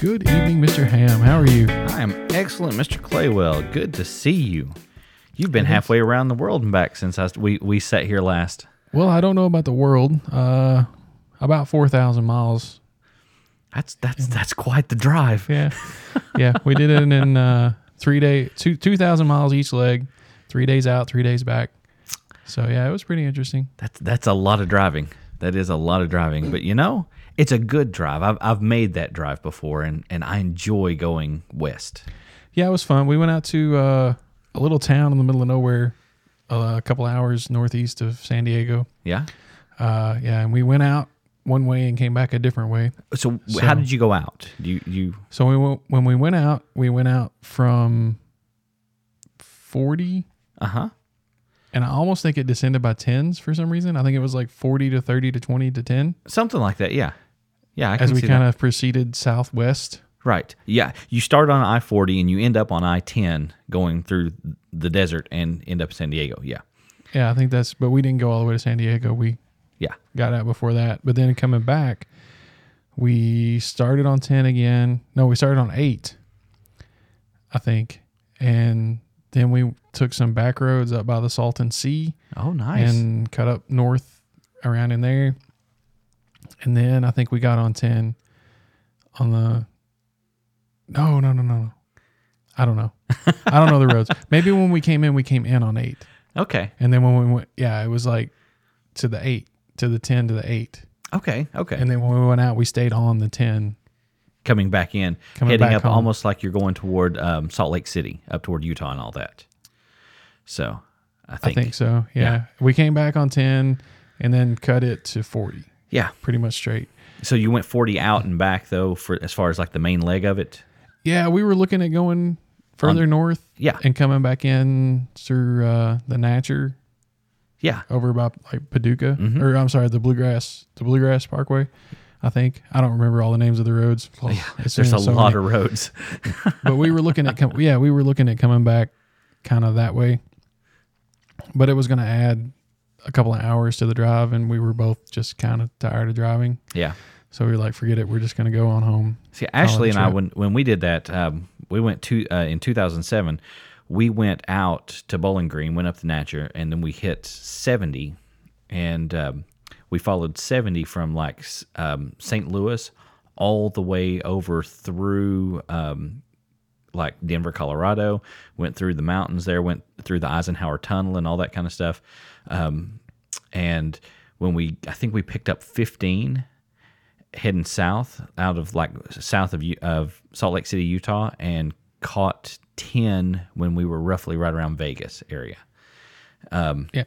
Good evening, Mr. Ham. How are you? I am excellent, Mr. Claywell. Good to see you. You've been halfway around the world and back since I, we we sat here last. Well, I don't know about the world. Uh, about 4,000 miles. That's that's that's quite the drive. Yeah. Yeah. We did it in uh, three day, two, 2,000 miles each leg, three days out, three days back. So, yeah, it was pretty interesting. That's that's a lot of driving. That is a lot of driving. But you know, it's a good drive. I've I've made that drive before, and and I enjoy going west. Yeah, it was fun. We went out to uh, a little town in the middle of nowhere, uh, a couple hours northeast of San Diego. Yeah. Uh, yeah. And we went out one way and came back a different way. So, how did you go out? Do you you So we went, when we went out, we went out from 40 uh huh and I almost think it descended by tens for some reason. I think it was like 40 to 30 to 20 to 10 something like that? Yeah. Yeah. I can as we see that. kind of proceeded southwest. Right. Yeah. You start on I 40 and you end up on I 10 going through the desert and end up in San Diego. Yeah. Yeah, I think that's, but we didn't go all the way to San Diego. We Yeah. got out before that. But then coming back, we started on 10 again. No, we started on 8, I think. And then we took some back roads up by the Salton Sea. Oh, nice. and cut up north around in there. And then I think we got on 10 on the. No, no, no, no, no. I don't know. I don't know the roads. Maybe when we came in, we came in on eight. okay. And then when we went, yeah, it was like to the eight, to the 10, to the eight. Okay. Okay. And then when we went out, we stayed on the 10. coming back in, Coming heading back up home. almost like you're going toward um, Salt Lake City, up toward Utah and all that. So I I think, think so. Yeah. We came back on 10 and then cut it to 40, yeah. pretty much straight. So you went 40 out and back though, for as far as like the main leg of it. Yeah, we were looking at going further north. yeah. and coming back in through uh, the Natcher Yeah. over by like Paducah, Mm-hmm. or I'm sorry, the Bluegrass, the Bluegrass Parkway. I think I don't remember all the names of the roads. It's There's been a so lot many. of roads. but we were looking at com- yeah, we were looking at coming back kind of that way, but it was going to add a couple of hours to the drive, and we were both just kind of tired of driving, Yeah. so we were like, forget it, we're just going to go on home. See, Ashley and I, trip. when when we did that, um, we went to uh, in 2007. We went out to Bowling Green, went up the Natcher, and then we hit 70, and um, we followed 70 from like s- um, St. Louis all the way over through um, like Denver, Colorado. Went through the mountains there, went through the Eisenhower Tunnel and all that kind of stuff. Um, and when we, I think we picked up 15 heading south out of like south of U- of Salt Lake City, Utah, and caught ten when we were roughly right around Vegas area, Yeah,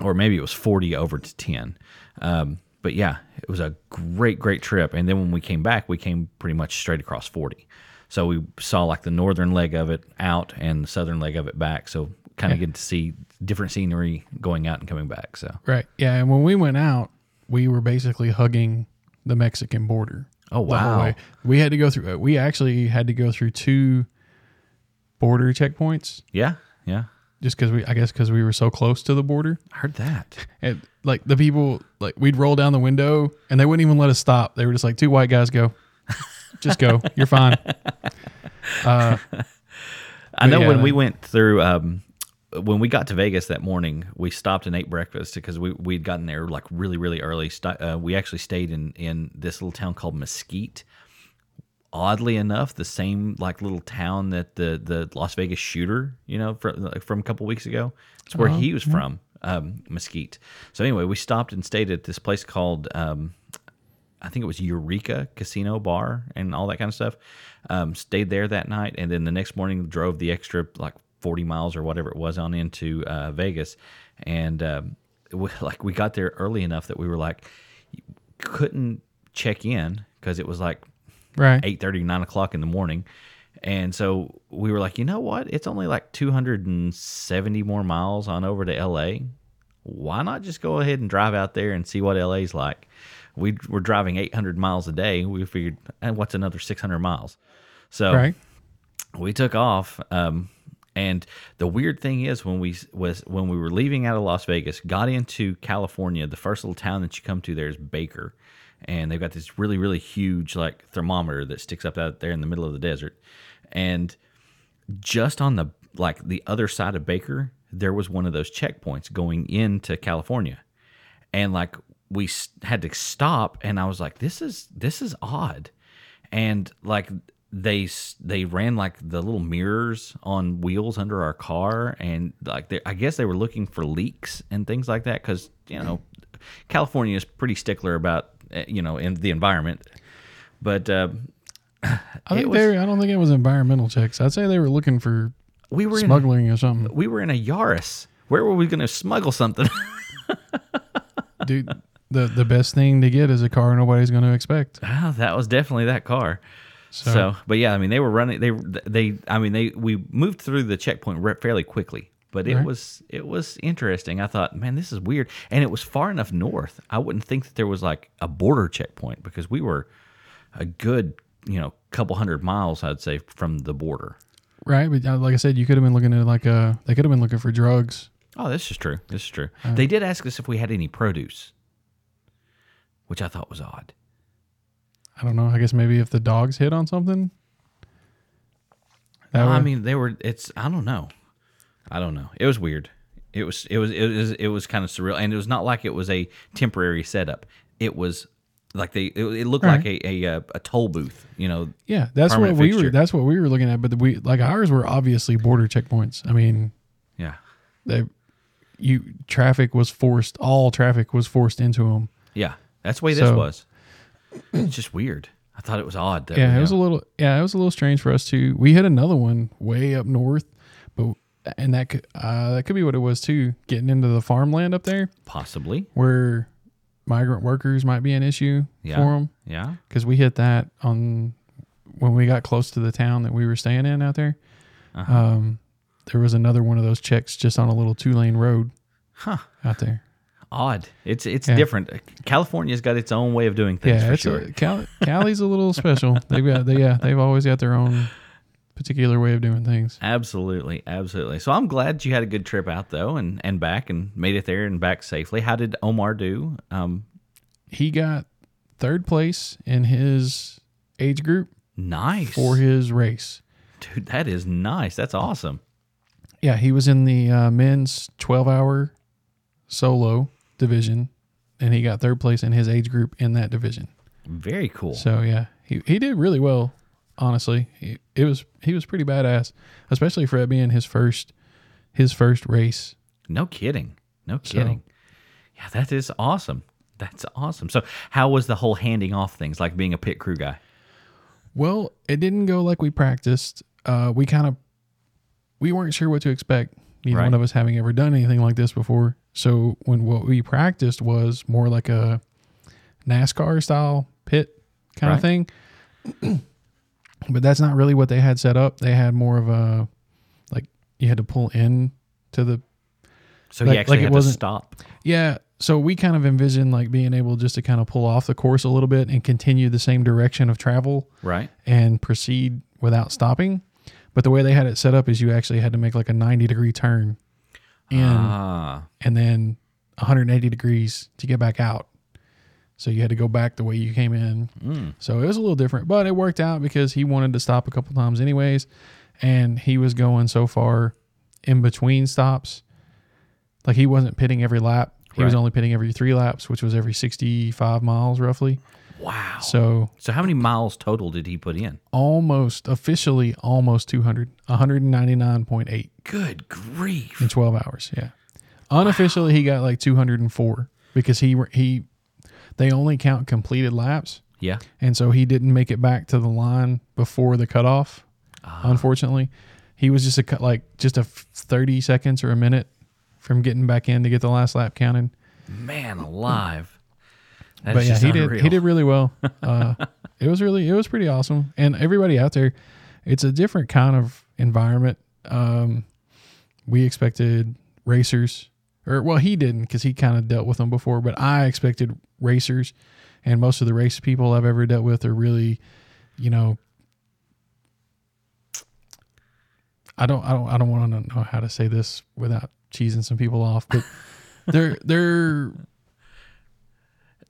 or maybe it was forty over to ten. Um, but yeah, it was a great great trip. And then when we came back, we came pretty much straight across forty. So we saw like the northern leg of it out and the southern leg of it back. So kind of good to see different scenery going out and coming back. So right, yeah. And when we went out, we were basically hugging the Mexican border. oh the whole wow, way. We had to go through. uh, We actually had to go through two border checkpoints yeah yeah, just because we, I guess, because we were so close to the border. I heard that. And like the people, like we'd roll down the window and they wouldn't even let us stop. They were just like, two white guys go, just go. You're fine. Uh, I know yeah, when they- we went through, um, when we got to Vegas that morning, we stopped and ate breakfast because we we'd gotten there like really really early. St- uh, we actually stayed in in this little town called Mesquite. Oddly enough, the same like little town that the the Las Vegas shooter, you know, from from a couple weeks ago, it's where he was from, um, Mesquite. So anyway, we stopped and stayed at this place called. Um, I think it was Eureka Casino Bar and all that kind of stuff. Um, stayed there that night, and then the next morning drove the extra like forty miles or whatever it was on into uh, Vegas, and um, we, like we got there early enough that we were like couldn't check in because it was like right. eight thirty, nine o'clock in the morning. And so we were like, you know what? It's only like 270 more miles on over to LA. Why not just go ahead and drive out there and see what LA's like? We were driving 800 miles a day. We figured, and what's another 600 miles? So Right. we took off um, and the weird thing is when we was when we were leaving out of las vegas got into california the first little town that you come to there is baker and they've got this really really huge like thermometer that sticks up out there in the middle of the desert and just on the like the other side of baker there was one of those checkpoints going into california and like we s- had to stop and i was like this is this is odd and like they s- they ran like the little mirrors on wheels under our car and like they, i guess they were looking for leaks and things like that because you know california is pretty stickler about eh, you know in the environment but uh, I think was- they. I don't think it was environmental checks. I'd say they were looking for we were in a, smuggling or something, we were in a yaris where were we going to smuggle something Mm-hmm. dude. The the best thing to get is a car nobody's going to expect. Wow, that was definitely that car. So, but yeah, I mean, they were running. They they. I mean, they we moved through the checkpoint re- fairly quickly, but it Right. was it was interesting. I thought, man, this is weird, and it was far enough north. I wouldn't think that there was like a border checkpoint because we were a good you know couple hundred miles, I'd say, from the border. Right, but uh, like I said, you could have been looking at like a they could have been looking for drugs. Oh, this is true. This is true. They did ask us if we had any produce, which I thought was odd. I don't know. I guess maybe if the dogs hit on something. That No, I would- mean they were. It's I don't know. I don't know. It was weird. It was it was it was it was kind of surreal, and it was not like it was a temporary setup. It was like they it, it looked like a, a uh, a toll booth. You know, yeah, that's what permanent we were. fixture. That's what we were looking at. But we like ours were obviously border checkpoints. I mean, yeah, they you traffic was forced. All traffic was forced into them. yeah. That's the way this So- was. It's just weird. I thought it was odd. That Yeah, we- it was a little. Yeah, it was a little strange for us too. We had another one way up north, but and that could uh, that could be what it was too. Getting into the farmland up there possibly. where migrant workers might be an issue for 'em. Yeah. for them. Yeah. because we hit that on when we got close to the town that we were staying in out there. Uh-huh. Um, there was another one of those checks just on a little two lane road Huh. out there. Odd. It's it's Yeah. different. California's got its own way of doing things yeah, for it's sure. a, Cal- Cali's a little special. They've got they, yeah they've always got their own particular way of doing things. Absolutely, absolutely. So I'm glad you had a good trip out though, and and back, and made it there and back safely. How did Omar do? Um, He got third place in his age group nice, for his race. dude. That is nice. That's awesome. Yeah, he was in the uh, men's 12 hour solo division, and he got third place in his age group in that division. Very cool. So yeah, he, he did really well. Honestly, he, it was he was pretty badass, especially for it being his first his first race. No kidding. No kidding. Yeah, that is awesome. That's awesome. So how was the whole handing off things like being a pit crew guy? Well, it didn't go like we practiced. Uh, we kind of we weren't sure what to expect. Neither Right. one of us having ever done anything like this before. So when what we practiced was more like a NASCAR style pit kind Right. of thing. but that's not really what they had set up. They had more of a like you had to pull in to the So Like- he actually like it had to wasn't- stop. Yeah. So we kind of envision like being able just to kind of pull off the course a little bit and continue the same direction of travel Right. and proceed without stopping. But the way they had it set up is you actually had to make like a 90 degree turn in Ah. and then 180 degrees to get back out. So you had to go back the way you came in. Mm. So it was a little different, but it worked out because he wanted to stop a couple times anyways, and he was going so far in between stops. Like he wasn't pitting every lap. He was Right. only pitting every 3 laps, which was every 65 miles roughly. Wow. So So how many miles total did he put in? almost officially almost 200, 199.8 Good grief. in 12 hours, yeah. Unofficially he got like 204 because he he they only count completed laps. Yeah. and so he didn't make it back to the line before the cutoff. Unfortunately, he was just a cut like just a f- thirty seconds or a minute from getting back in to get the last lap counted. Man alive. That's but yeah, just he did he unreal. did really well. Uh, it was really it was pretty awesome, and everybody out there, it's a different kind of environment. Um, we expected racers, or well, he didn't because he kind of dealt with them before, but I expected racers, and most of the race people I've ever dealt with are really, you know. I don't, I don't, I don't want to know how to say this without cheesing some people off, but they're they're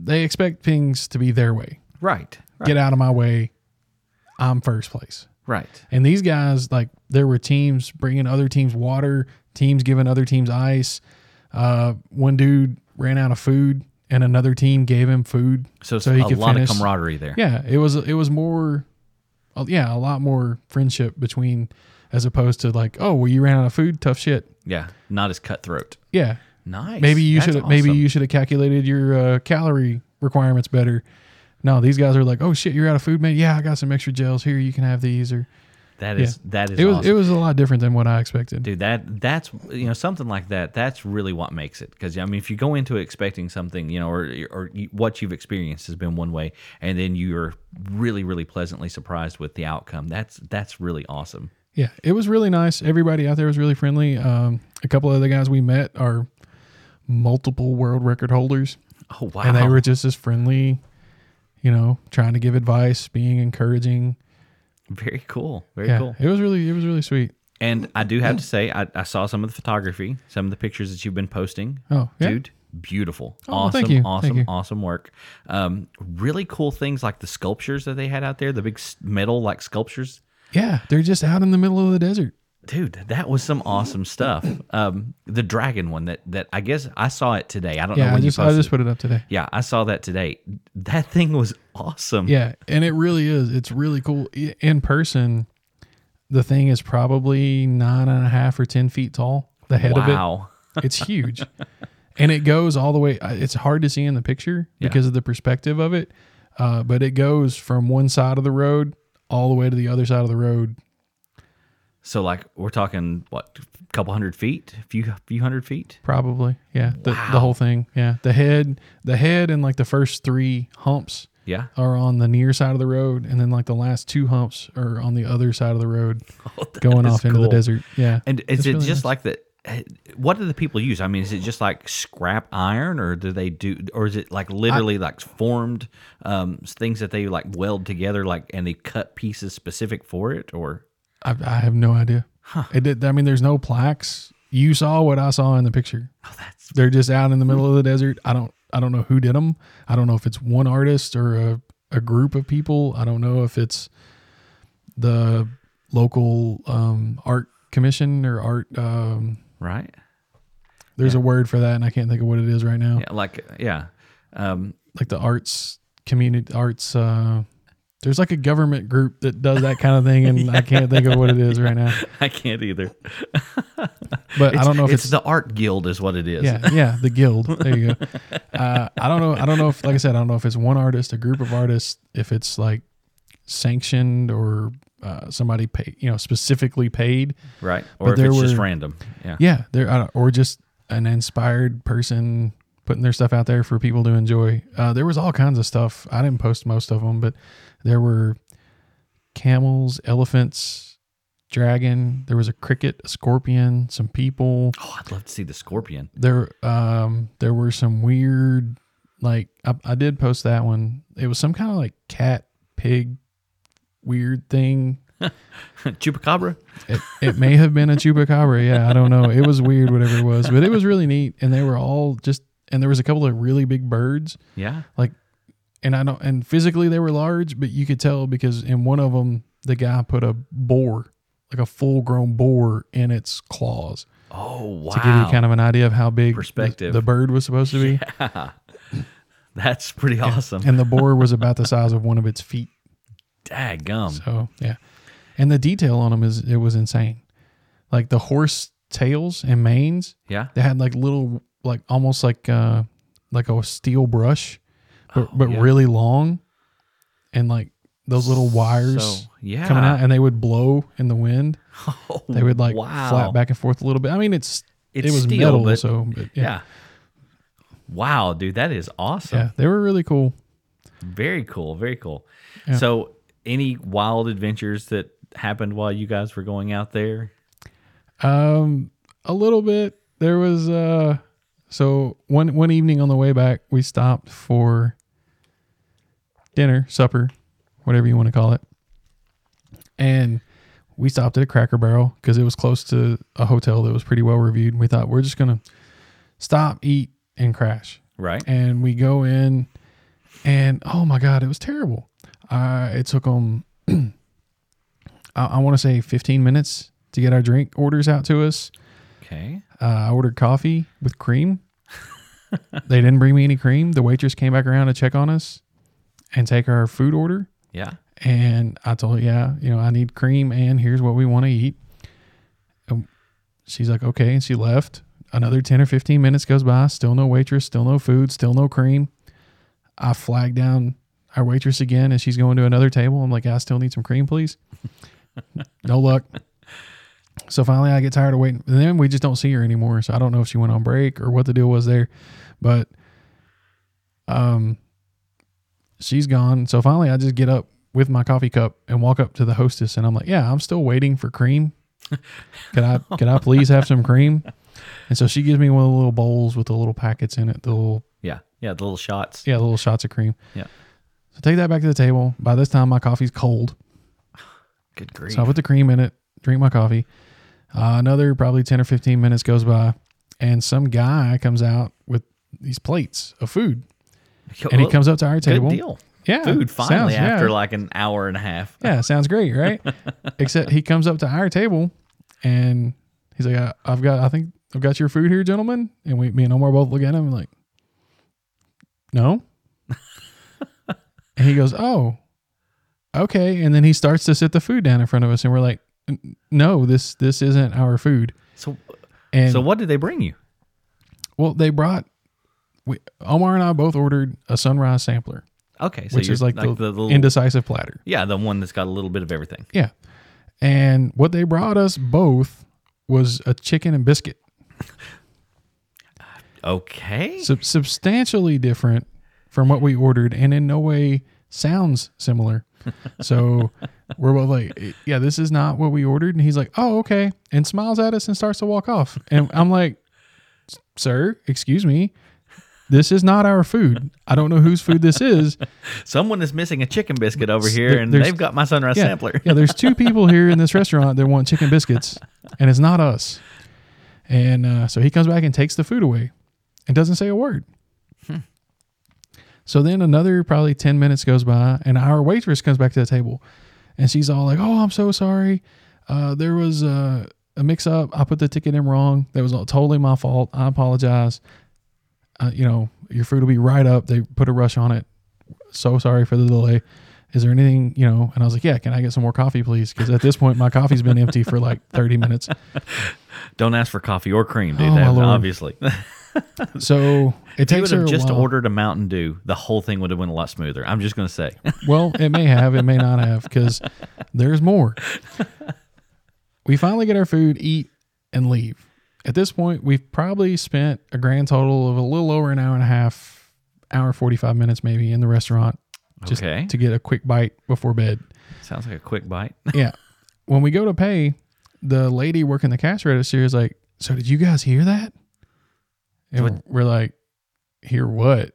They expect things to be their way. Right. Right. Get out of my way. I'm first place. right. And these guys, like, there were teams bringing other teams water, teams giving other teams ice. Uh, one dude ran out of food, and another team gave him food So, it's a lot finish. of camaraderie there. Yeah, it was it was more, uh, yeah, a lot more friendship between, as opposed to like, oh, well, you ran out of food, tough shit. Yeah. Not as cutthroat. Yeah, Nice. maybe you That's should maybe awesome. you should have calculated your uh, calorie requirements better. No, these guys are like, oh shit, you're out of food, man. Yeah, I got some extra gels here. You can have these. Or That is that is it was awesome. it was a lot different than what I expected. dude that that's you know something like that that's really what makes it because i mean if you go into it expecting something you know or, or you- what you've experienced has been one way and then you're really really pleasantly surprised with the outcome that's that's really awesome Yeah, it was really nice. Everybody out there was really friendly. Um, a couple of the guys we met are multiple world record holders. oh wow and they were just as friendly you know trying to give advice being encouraging very cool very yeah cool it was really it was really sweet and i do have to say I, I saw some of the photography some of the pictures that you've been posting oh yeah Oh, dude beautiful well, awesome thank you. awesome Thank you. awesome work um, really cool things like the sculptures that they had out there the big s- metal like sculptures yeah they're just out in the middle of the desert dude that was some awesome stuff um the dragon one that that i guess i saw it today i don't know yeah i when just you i posted just it. put it up today yeah i saw that today that thing was awesome yeah and it really is it's really cool I- in person the thing is probably nine and a half or ten feet tall the head of it wow It's huge. and it goes all the way. I- It's hard to see in the picture because of the perspective of it. Uh, but it goes from one side of the road all the way to the other side of the road. so like we're talking what a couple hundred feet a few few hundred feet Probably. Yeah. The, the whole thing. Yeah. The head, the head and like the first three humps yeah are on the near side of the road. And then like the last two humps are on the other side of the road going Oh, is off into the cool. desert. Yeah. and is It's it really just nice. like that eh, what do the people use i mean is it just like scrap iron or do they do or is it like literally like formed um things that they like weld together like and they cut pieces specific for it or I, I have no idea. It did, I mean, there's no plaques. You saw what I saw in the picture. oh that's they're just out in the middle of the desert. I don't I don't know who did them. I don't know if it's one artist or a, a group of people. I don't know if it's the local um, art commission or art. Um, right there's a word for that, and I can't think of what it is right now. Yeah, like yeah, um, Like the arts community, arts. Uh, there's like a government group that does that kind of thing, and I can't think of what it is right now. I can't either. But I don't know if It's, it's the art guild, is what it is. yeah, yeah, the guild. There you go. Uh, I don't know. I don't know if, like I said, I don't know if it's one artist, a group of artists, if it's like sanctioned or uh, somebody paid, you know, specifically paid. right. Or if there it's just were- random. Yeah. Yeah, there uh, or just an inspired person putting their stuff out there for people to enjoy. Uh, there was all kinds of stuff. I didn't post most of them, but there were camels, elephants, dragon. There was a cricket, a scorpion, some people. Oh, I'd love to see the scorpion. there um there were some weird like I, I did post that one it was some kind of like cat pig weird thing Chupacabra. it, it may have been a chupacabra yeah i don't know it was weird whatever it was but it was really neat and they were all just and there was a couple of really big birds Yeah. like and i don't and physically they were large but you could tell because in one of them the guy put a boar like a full grown boar in its claws Oh wow. to give you kind of an idea of how big the- Perspective. the bird was supposed to be That's pretty awesome. and the boar was about the size of one of its feet. Daggum. So yeah, and the detail on them is it was insane. Like the horse tails and manes, Yeah. they had like little like almost like uh like a steel brush, but, but Oh, yeah. really long, and like those little wires So yeah. coming out, and they would blow in the wind. Oh, They would like wow. flap back and forth a little bit. I mean, it's, It's it was steel, metal, but- so but yeah. Yeah. yeah, Wow, dude, that is awesome. they were really cool. Very cool. Very cool. So, any wild adventures that happened while you guys were going out there? Um, a little bit. There was uh, so one one evening on the way back, we stopped for dinner, supper, whatever you want to call it, and we stopped at a Cracker Barrel because it was close to a hotel that was pretty well reviewed. And we thought we're just gonna stop, eat, and crash. Right. And we go in, and oh my god, it was terrible. Uh, it took them, I, I want to say, 15 minutes to get our drink orders out to us. Okay. Uh, I ordered coffee with cream. they didn't bring me any cream. The waitress came back around to check on us and take our food order. Yeah. And I told her, yeah, you know, I need cream and here's what we want to eat. And she's like, okay. And she left. Another 10 or 15 minutes goes by. Still no waitress, still no food, still no cream. I flag down our waitress again and she's going to another table. I'm like, I still need some cream, please. no luck. So finally, I get tired of waiting. And then we just don't see her anymore. So I don't know if she went on break or what the deal was there, but um, she's gone. So finally, I just get up with my coffee cup and walk up to the hostess, and I'm like, "Yeah, I'm still waiting for cream. Could I could I please have some cream?" And so she gives me one of the little bowls with the little packets in it, the little Yeah. Yeah. The little shots. yeah, the little shots of cream. Yeah. So take that back to the table. By this time, my coffee's cold. Good grief. So I put the cream in it, drink my coffee. Uh, another probably 10 or 15 minutes goes by, and some guy comes out with these plates of food. Yo, And he well, comes up to our Oh, Good table. deal. Yeah. Food finally sounds- yeah. after like an hour and a half. yeah, sounds great, right? Except he comes up to our table and he's like, I, I've got, I think I've got your food here, gentlemen. And we, me and Omar both look at him and like, no. and he goes, oh, okay. And then he starts to sit the food down in front of us. And we're like, "N- no, this, this isn't our food. So And so what did they bring you? well, they brought, we, Omar and I both ordered a sunrise sampler, Okay. So which you're is like, the, the, little indecisive platter. yeah the one that's got a little bit of everything. Yeah. And what they brought us both was a chicken and biscuit. Okay. Sub- substantially different from what we ordered and in no way sounds similar. So we're both like, yeah, this is not what we ordered. And he's like, oh, okay. And smiles at us and starts to walk off. And I'm like, sir, excuse me. This is not our food. I don't know whose food this is. Someone is missing a chicken biscuit over here, there- and there's- they've got my sunrise yeah, sampler. yeah, there's two people here in this restaurant that want chicken biscuits, and it's not us. And uh, so he comes back and takes the food away and doesn't say a word. So then another probably 10 minutes goes by, and our waitress comes back to the table and she's all like, Oh, I'm so sorry. Uh, there was a, a mix up. I put the ticket in wrong. That was all totally my fault. I apologize. Uh, you know, your food will be right up. They put a rush on it. So sorry for the delay. Is there anything, you know? And I was like, Yeah, can I get some more coffee, please? Because at this point, my coffee's been empty for like 30 minutes. Don't ask for coffee or cream, dude. Oh, my that, Lord. obviously, if So it you takes would her have a just while. ordered a Mountain Dew, the whole thing would have went a lot smoother. I'm just going to say. Well, it may have, it may not have, because there's more. We finally get our food, eat, and leave. At this point, we've probably spent a grand total of a little over an hour and a half, hour 45 minutes maybe in the restaurant just okay, to get a quick bite before bed. sounds like a quick bite. Yeah. when we go to pay, the lady working the cash register is like, So did you guys hear that? And What- we're like, Hear what?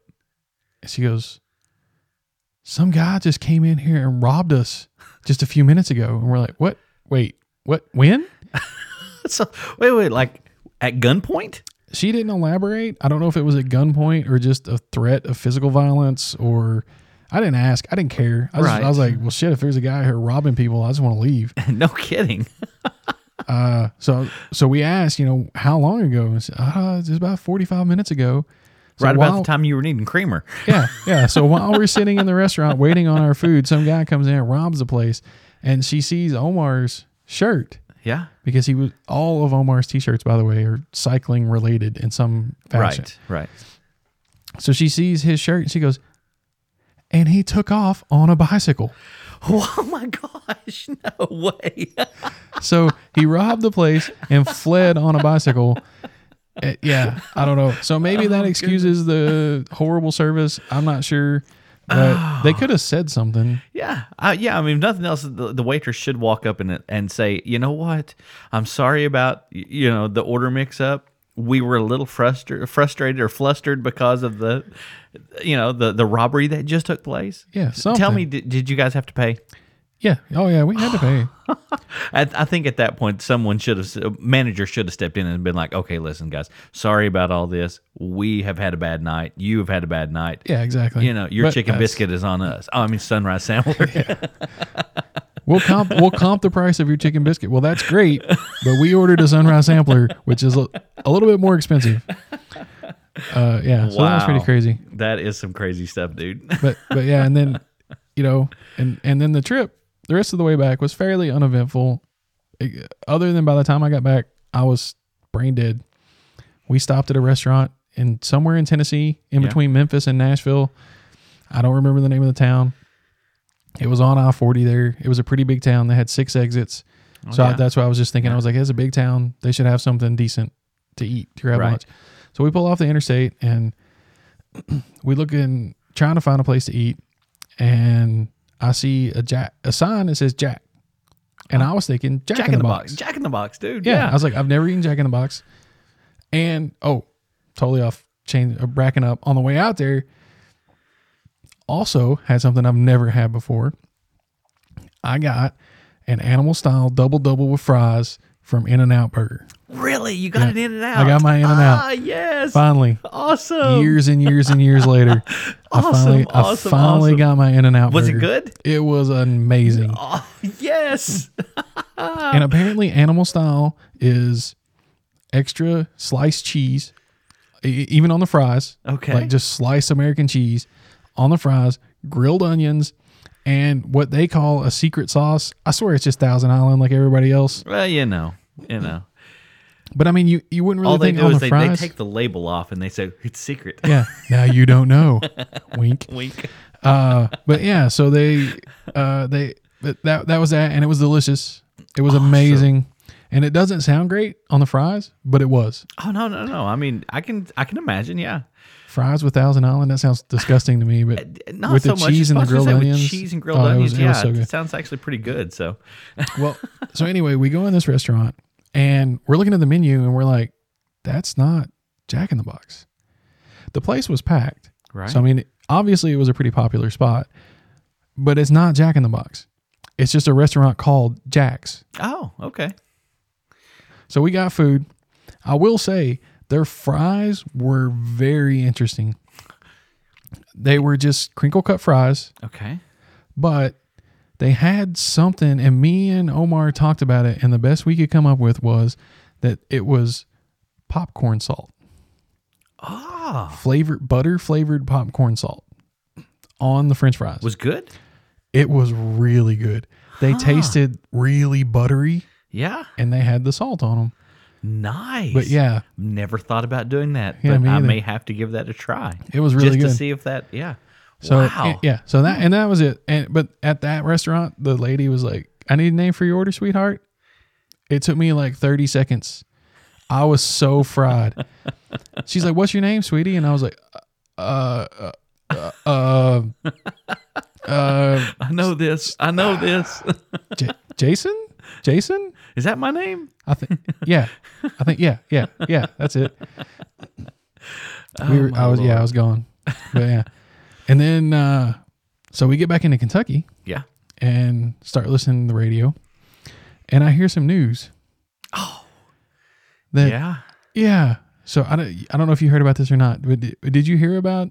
And she goes, Some guy just came in here and robbed us just a few minutes ago. And we're like, What? Wait, what? When? so wait, wait, like at gunpoint? She didn't elaborate. I don't know if it was at gunpoint or just a threat of physical violence or. I didn't ask. I didn't care. I, was- Right. I was like, well, shit, if there's a guy here robbing people, I just want to leave. no kidding. Uh, so so we asked, you know, how long ago? And said, uh, just about forty five minutes ago. So right about while- the time you were needing creamer. Yeah, yeah. So while we're sitting in the restaurant waiting on our food, some guy comes in and robs the place, and she sees Omar's shirt Yeah. because he was all of Omar's t-shirts, by the way, are cycling related in some fashion. Right. Right. So she sees his shirt and she goes, and he took off on a bicycle. Oh my gosh! No way. So he robbed the place and fled on a bicycle. Uh, yeah, I don't know. So maybe that Oh, excuses the horrible service. I'm not sure. But they Ah. could have said something. Yeah, I, yeah. I mean, if nothing else. The, the waitress should walk up and and say, you know what? I'm sorry about y- you know the order mix up. We were a little frustrated, frustrated or flustered because of the, you know, the the robbery that just took place. Yeah, Tell something. me, did, did you guys have to pay? Yeah. Oh yeah, we had to pay. I, I think at that point, someone should have, a manager should have stepped in and been like, okay, listen, guys, sorry about all this. We have had a bad night. You have had a bad night. Yeah, exactly. You know, your But chicken that's- biscuit is on us. Oh, I mean, Sunrise Sandler. We'll comp we'll comp the price of your chicken biscuit. Well, that's great, but we ordered a sunrise sampler, which is a, a little bit more expensive. Uh, yeah, so that was pretty Wow. crazy. that is some crazy stuff, dude. But but yeah, and then you know, and and then the trip, the rest of the way back was fairly uneventful. Eh, Other than by the time I got back, I was brain dead. We stopped at a restaurant in somewhere in Tennessee, in Yeah. between Memphis and Nashville. I don't remember the name of the town. It was on I forty there. It was a pretty big town. They had six exits. So I, Oh, yeah. that's what I was just thinking. I was like, it's a big town. They should have something decent to eat to grab Right. lunch. So we pull off the interstate and we look in trying to find a place to eat. And I see a jack a sign that says Jack. And I was thinking Jack, in the, box. Jack in the box, dude. Yeah. Yeah. I was like, I've never eaten Jack in the Box. And oh, totally off chain uh, bracking up on the way out there. Also had something I've never had before. I got an animal style double double with fries from In and Out Burger. Really? You got it in and out. I got my In-N-Out. Ah, yes. Finally. Awesome. Years and years and years later. I finally Awesome, awesome, I finally awesome. got my In and Out Was burger. it good? It was amazing. Oh, yes. and apparently animal style is extra sliced cheese e- even on the fries Okay. like just sliced american cheese on the fries grilled onions and what they call a secret sauce i swear it's just thousand island like everybody else well, you know, you know. but i mean you, you wouldn't really All they think do on is the they, they fries take the label off and they say it's secret. yeah now you don't know wink Wink. uh but yeah so they uh they but that that was that and it was delicious it Oh, was amazing and it doesn't sound great on the fries but it was Oh no, no, no. I mean, I can, I can imagine. Yeah. fries with Thousand Island. That sounds disgusting to me, but Uh, Not with so the much. cheese I and the was gonna grilled say with onions, cheese and grilled oh, onions. it yeah, was, it was so it good. sounds actually pretty good. So, well, so anyway, we go in this restaurant and we're looking at the menu and we're like, that's not Jack in the Box. The place was packed, right. so I mean, obviously it was a pretty popular spot, but it's not Jack in the Box. It's just a restaurant called Jack's. oh, okay. So we got food. I will say their fries were very interesting. They were just crinkle cut fries. Okay. but they had something and me and Omar talked about it and the best we could come up with was that it was popcorn salt Ah, flavored butter flavored popcorn salt on the french fries was good. it was really good they tasted really buttery Yeah. and they had the salt on them Nice. but yeah Never thought about doing that, Yeah, but me I either. may have to give that a try. It was really just good. to see if that. Yeah. so wow. yeah so that and that was it and but at that restaurant the lady was like i need a name for your order sweetheart it took me like 30 seconds i was so fried she's like what's your name sweetie and i was like uh uh uh, uh, uh I know this. I know this. J- jason jason Is that my name? i think yeah i think yeah yeah yeah that's it we were, i was yeah i was gone but yeah and then uh so we get back into kentucky Yeah. and start listening to the radio and I hear some news. Oh. That, yeah. Yeah. So I don't, I don't know if you heard about this or not, but did, did you hear about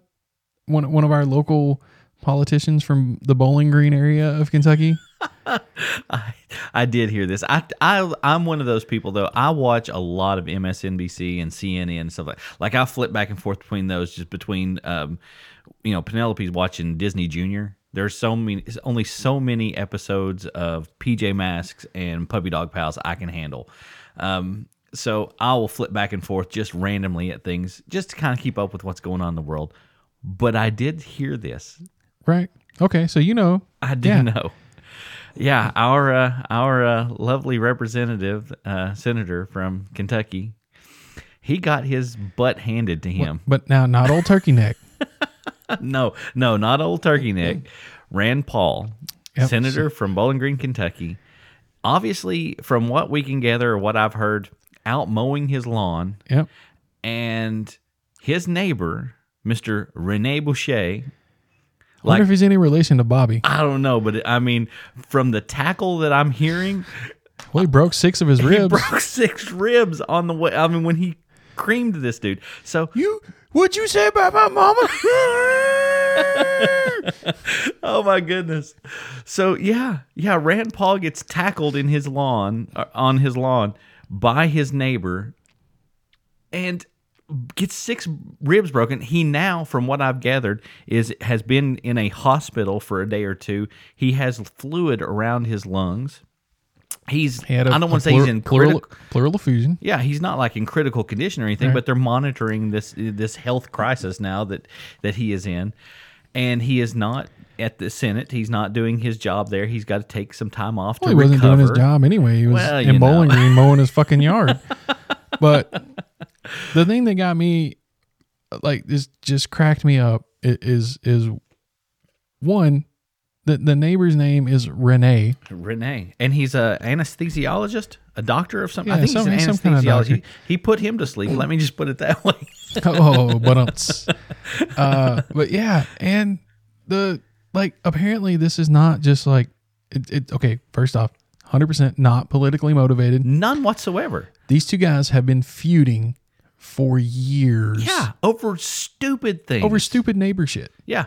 one one of our local politicians from the Bowling Green area of Kentucky? I, I did hear this. I, I I'm one of those people though. I watch a lot of MSNBC and CNN and stuff like like I flip back and forth between those just between um you know Penelope's watching Disney Junior. There's so many there's only so many episodes of PJ Masks and Puppy Dog Pals I can handle. Um so I will flip back and forth just randomly at things just to kind of keep up with what's going on in the world. But I did hear this. Right. Okay. So you know. I do Yeah. know. Yeah, our uh, our uh, lovely representative, uh, senator from Kentucky, he got his butt handed to him. But now, not old Turkey Neck. no, no, not old Turkey Neck. Rand Paul, Yep. senator from Bowling Green, Kentucky. Obviously, from what we can gather or what I've heard, out mowing his lawn, Yep. and his neighbor, Mister Rene Boucher, I wonder Like- if he's any relation to Bobby. I don't know, but I mean, from the tackle that I'm hearing, Well, he broke six of his he ribs. broke six ribs on the way. I mean, when he creamed this dude, so you what'd you say about my mama? oh my goodness. So yeah, yeah. Rand Paul gets tackled in his lawn uh, on his lawn by his neighbor, and gets six ribs broken. He now, from what I've gathered, is has been in a hospital for a day or two. He has fluid around his lungs. He's I I I don't want to say he's in plural, critical. plural effusion. Yeah, he's not like in critical condition or anything, but they're monitoring this this health crisis now that that he is in, and he is not at the Senate. He's not doing his job there. He's got to take some time off Well, he to wasn't recover. doing his job anyway. He was Well, you in Bowling know. Green mowing his fucking yard. but the thing that got me, like this, just cracked me up i- is is one that the neighbor's name is Renee. Renee, and he's a anesthesiologist, a doctor of something. I Yeah, think some- he's an some kind of anesthesiologist. doctor. he put him to sleep. Let me just put it that way. oh, but uh, but yeah, and the like. Apparently, this is not just like it. it okay, first off, hundred percent not politically motivated. None whatsoever. These two guys have been feuding for years. Yeah, over stupid things. over stupid neighbor shit. yeah,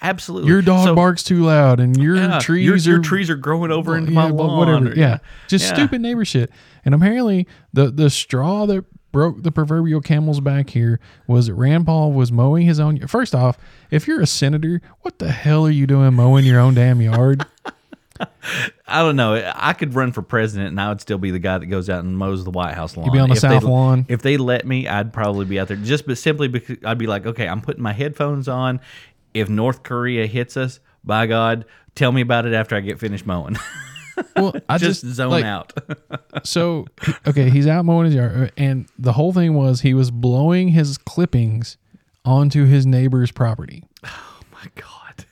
absolutely. Your dog So- barks too loud, and your yeah, your- trees your, are trees are growing over into yeah, my but lawn. whatever. or- yeah, just Yeah. stupid neighbor shit. And apparently, the the straw that broke the proverbial camel's back here was that Rand Paul was mowing his own. First off, if you're a senator, what the hell are you doing mowing your own damn yard? I don't know. I could run for president, and I would still be the guy that goes out and mows the White House lawn. be on the If they- South lawn. If they let me, I'd probably be out there just, but simply because I'd be like, okay, I'm putting my headphones on. If North Korea hits us, by God, tell me about it after I get finished mowing. Well, I just, just, zone like, out. Oh So, he- okay, he's out mowing his yard, uh, and the whole thing was he was blowing his clippings onto his neighbor's property. my God.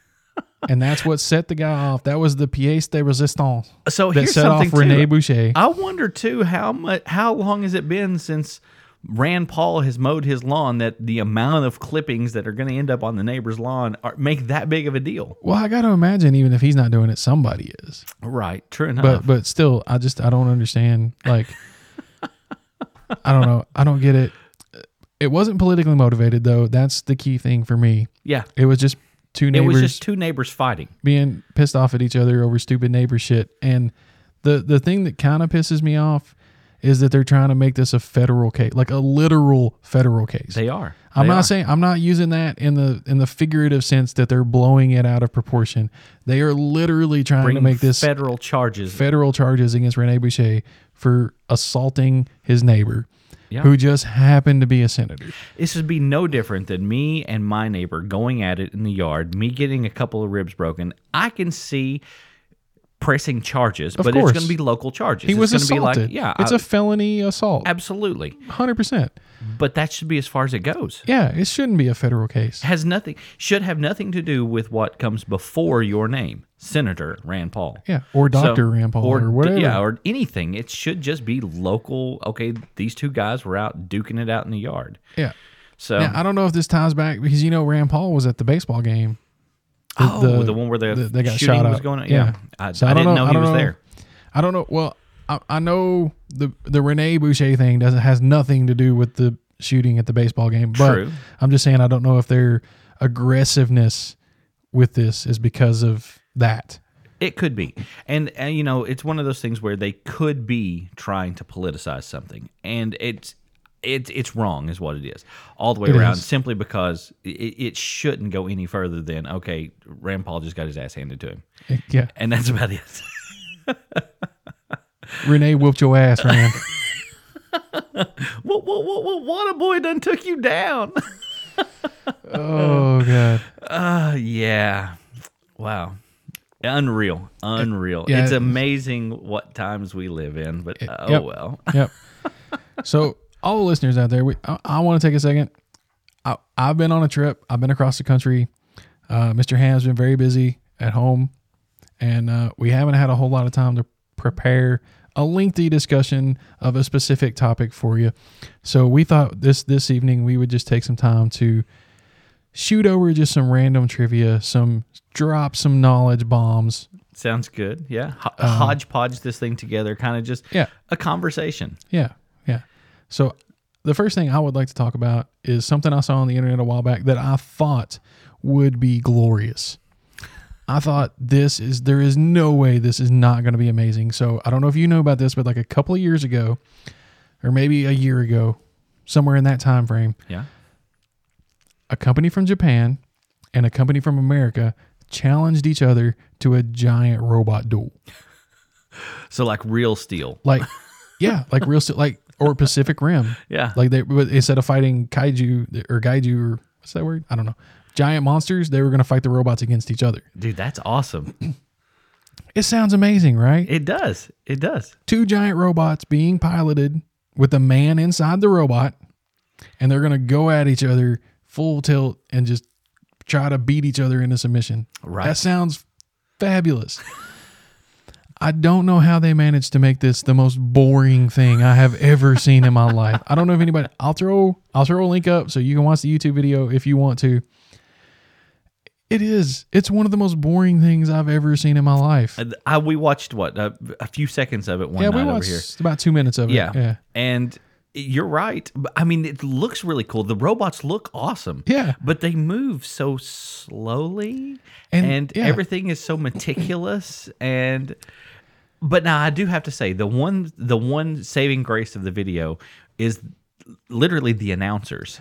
And that's what set the guy off. That was the pièce de résistance Uh, So that here's set off something too. Rene Boucher. I wonder too how much how long has it been since Rand Paul has mowed his lawn that the amount of clippings that are going to end up on the neighbor's lawn are, make that big of a deal. Well, I got to imagine even if he's not doing it, somebody is. Right. True enough. But but still, I just I don't understand. Like, I don't know. I don't get it. It wasn't politically motivated though. That's the key thing for me. yeah. It was just two It neighbors was just two neighbors fighting. being pissed off at each other over stupid neighbor shit. And the the thing that kind of pisses me off is that they're trying to make this a federal case, like a literal federal case. They are. I'm They not are. saying I'm not using that in the in the figurative sense that they're blowing it out of proportion. They are literally trying to Bringing make this federal charges. federal charges against Rene Boucher for assaulting his neighbor, Yeah. who just happened to be a senator. this would be no different than me and my neighbor going at it in the yard, me getting a couple of ribs broken. I can see pressing charges, but course. it's going to be local charges. He it's was gonna assaulted. Be like, yeah, it's I- a felony assault, absolutely. hundred percent. But that should be as far as it goes. Yeah, it shouldn't be a federal case. Has nothing should have nothing to do with what comes before your name, Senator Rand Paul. Yeah, or So- Doctor Rand Paul or, d- whatever. Yeah, or anything. It should just be local. Okay, these two guys were out duking it out in the yard. yeah. So Now, I don't know if this ties back because you know Rand Paul was at the baseball game. oh, the, one where the, the- they got shooting shot was up. going on. Yeah. Yeah, I, So I, I don't didn't know- know, I he don't was know. there. I don't know. Well, I, I know the the Rene Boucher thing doesn't has nothing to do with the shooting at the baseball game. But True. I'm just saying I don't know if their aggressiveness with this is because of that. It could be, and and you know, it's one of those things where they could be trying to politicize something, and it's. It's it's wrong, is what it is, all the way It around. is. Simply because it, it shouldn't go any further than okay, Rand Paul just got his ass handed to him, Yeah, and that's about it. Renee whooped your ass, Rand. what what what what what a boy done took you down? oh god. Uh, yeah. Wow. Unreal. Unreal. yeah, it's it- amazing what times we live in, but uh, oh yep. well. Yep. So all the listeners out there, we I, I want to take a second. I, I've been on a trip. I've been across the country. Uh, Mr. Ham's been very busy at home, and uh, we haven't had a whole lot of time to prepare a lengthy discussion of a specific topic for you. So we thought this this evening we would just take some time to shoot over just some random trivia, some drop some knowledge bombs. Sounds good. Yeah. Ho- hodgepodge this thing together, kind of just Uh-huh. Yeah. a conversation. Yeah, yeah. So the first thing I would like to talk about is something I saw on the internet a while back that I thought would be glorious. I thought this is there is no way this is not going to be amazing. So I don't know if you know about this, but like a couple of years ago, or maybe a year ago, somewhere in that time frame, Yeah. a company from Japan and a company from America challenged each other to a giant robot duel. So like real steel. Like, yeah, like real, st- like or Pacific Rim. Yeah. Like they but instead of fighting kaiju or gaiju or what's that word? I don't know. Giant monsters, they were going to fight the robots against each other. Dude, that's awesome. It sounds amazing, right? It does. It does. Two giant robots being piloted with a man inside the robot and they're going to go at each other full tilt and just try to beat each other into submission. Right. That sounds fabulous. I don't know how they managed to make this the most boring thing I have ever seen in my life. I don't know if anybody I'll throw I'll throw a link up so you can watch the YouTube video if you want to. It is. It's one of the most boring things I've ever seen in my life. Uh, I, we watched what a, a few seconds of it one yeah, we night watched over here. about two minutes of it. Yeah. Yeah. And you're right. But, I mean, it looks really cool. The robots look awesome. Yeah. But they move so slowly And- and, yeah. everything is so meticulous and but now I do have to say the one the one saving grace of the video is literally the announcers.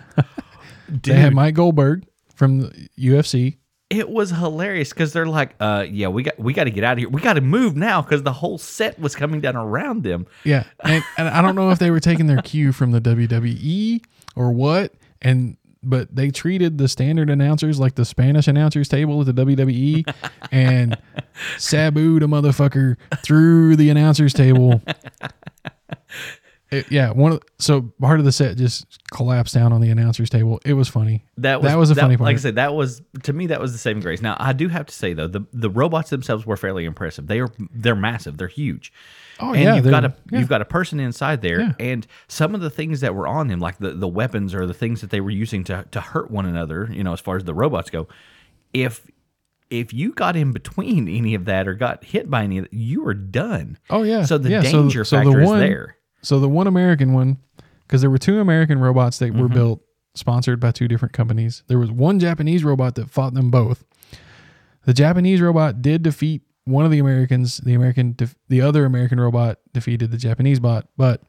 They had Mike Goldberg from the UFC. It was hilarious because they're like, uh, yeah, we got we got to get out of here. We got to move now because the whole set was coming down around them. Yeah. And, and I don't know if they were taking their cue from the WWE or what. And but they treated the standard announcers like the Spanish announcers table at the WWE and sabooed a motherfucker through the announcers table. It- yeah, one of so part of the set just collapsed down on the announcers table. It was funny. That was, that was a funny part. Like I said, that was to me that was the saving grace. Now I do have to say though, the the robots themselves were fairly impressive. They are they're massive. They're huge. Oh, and yeah, you've they're- got a yeah. you've got a person inside there, Yeah. and some of the things that were on him, like the, the weapons or the things that they were using to to hurt one another, you know, as far as the robots go, if if you got in between any of that or got hit by any of that, you were done. Oh yeah. So the yeah, danger factor is there. So the one American one, because there were two American robots that were built, sponsored by two different companies. There was one Japanese robot that fought them both. The Japanese robot did defeat one of the Americans. The American, def- the other American robot defeated the Japanese bot, but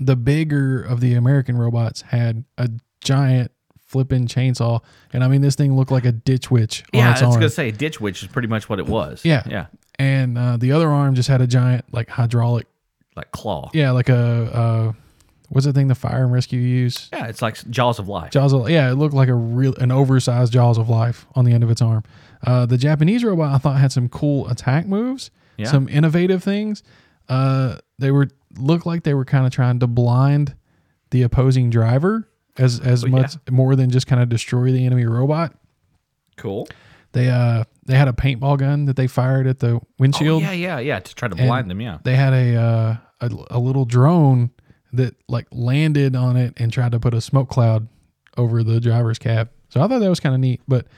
the bigger of the American robots had a giant flipping chainsaw, and I mean this thing looked like a ditch witch on Yeah, its I was arm. gonna say ditch witch is pretty much what it was. Yeah. yeah, and uh, the other arm just had a giant like hydraulic like claw. Yeah, like a uh, what's the thing the fire and rescue use? yeah it's like jaws of life. Jaws of yeah, it looked like a real an oversized jaws of life on the end of its arm. Uh, the Japanese robot I thought had some cool attack moves, Yeah. some innovative things. Uh, they were looked like they were kind of trying to blind the opposing driver as as much more than just kind of destroy the enemy robot. Cool. They uh they had a paintball gun that they fired at the windshield. Yeah, yeah, yeah. To try to And blind them. Yeah. They had a, uh, a a little drone that like landed on it and tried to put a smoke cloud over the driver's cab. So I thought that was kind of neat. But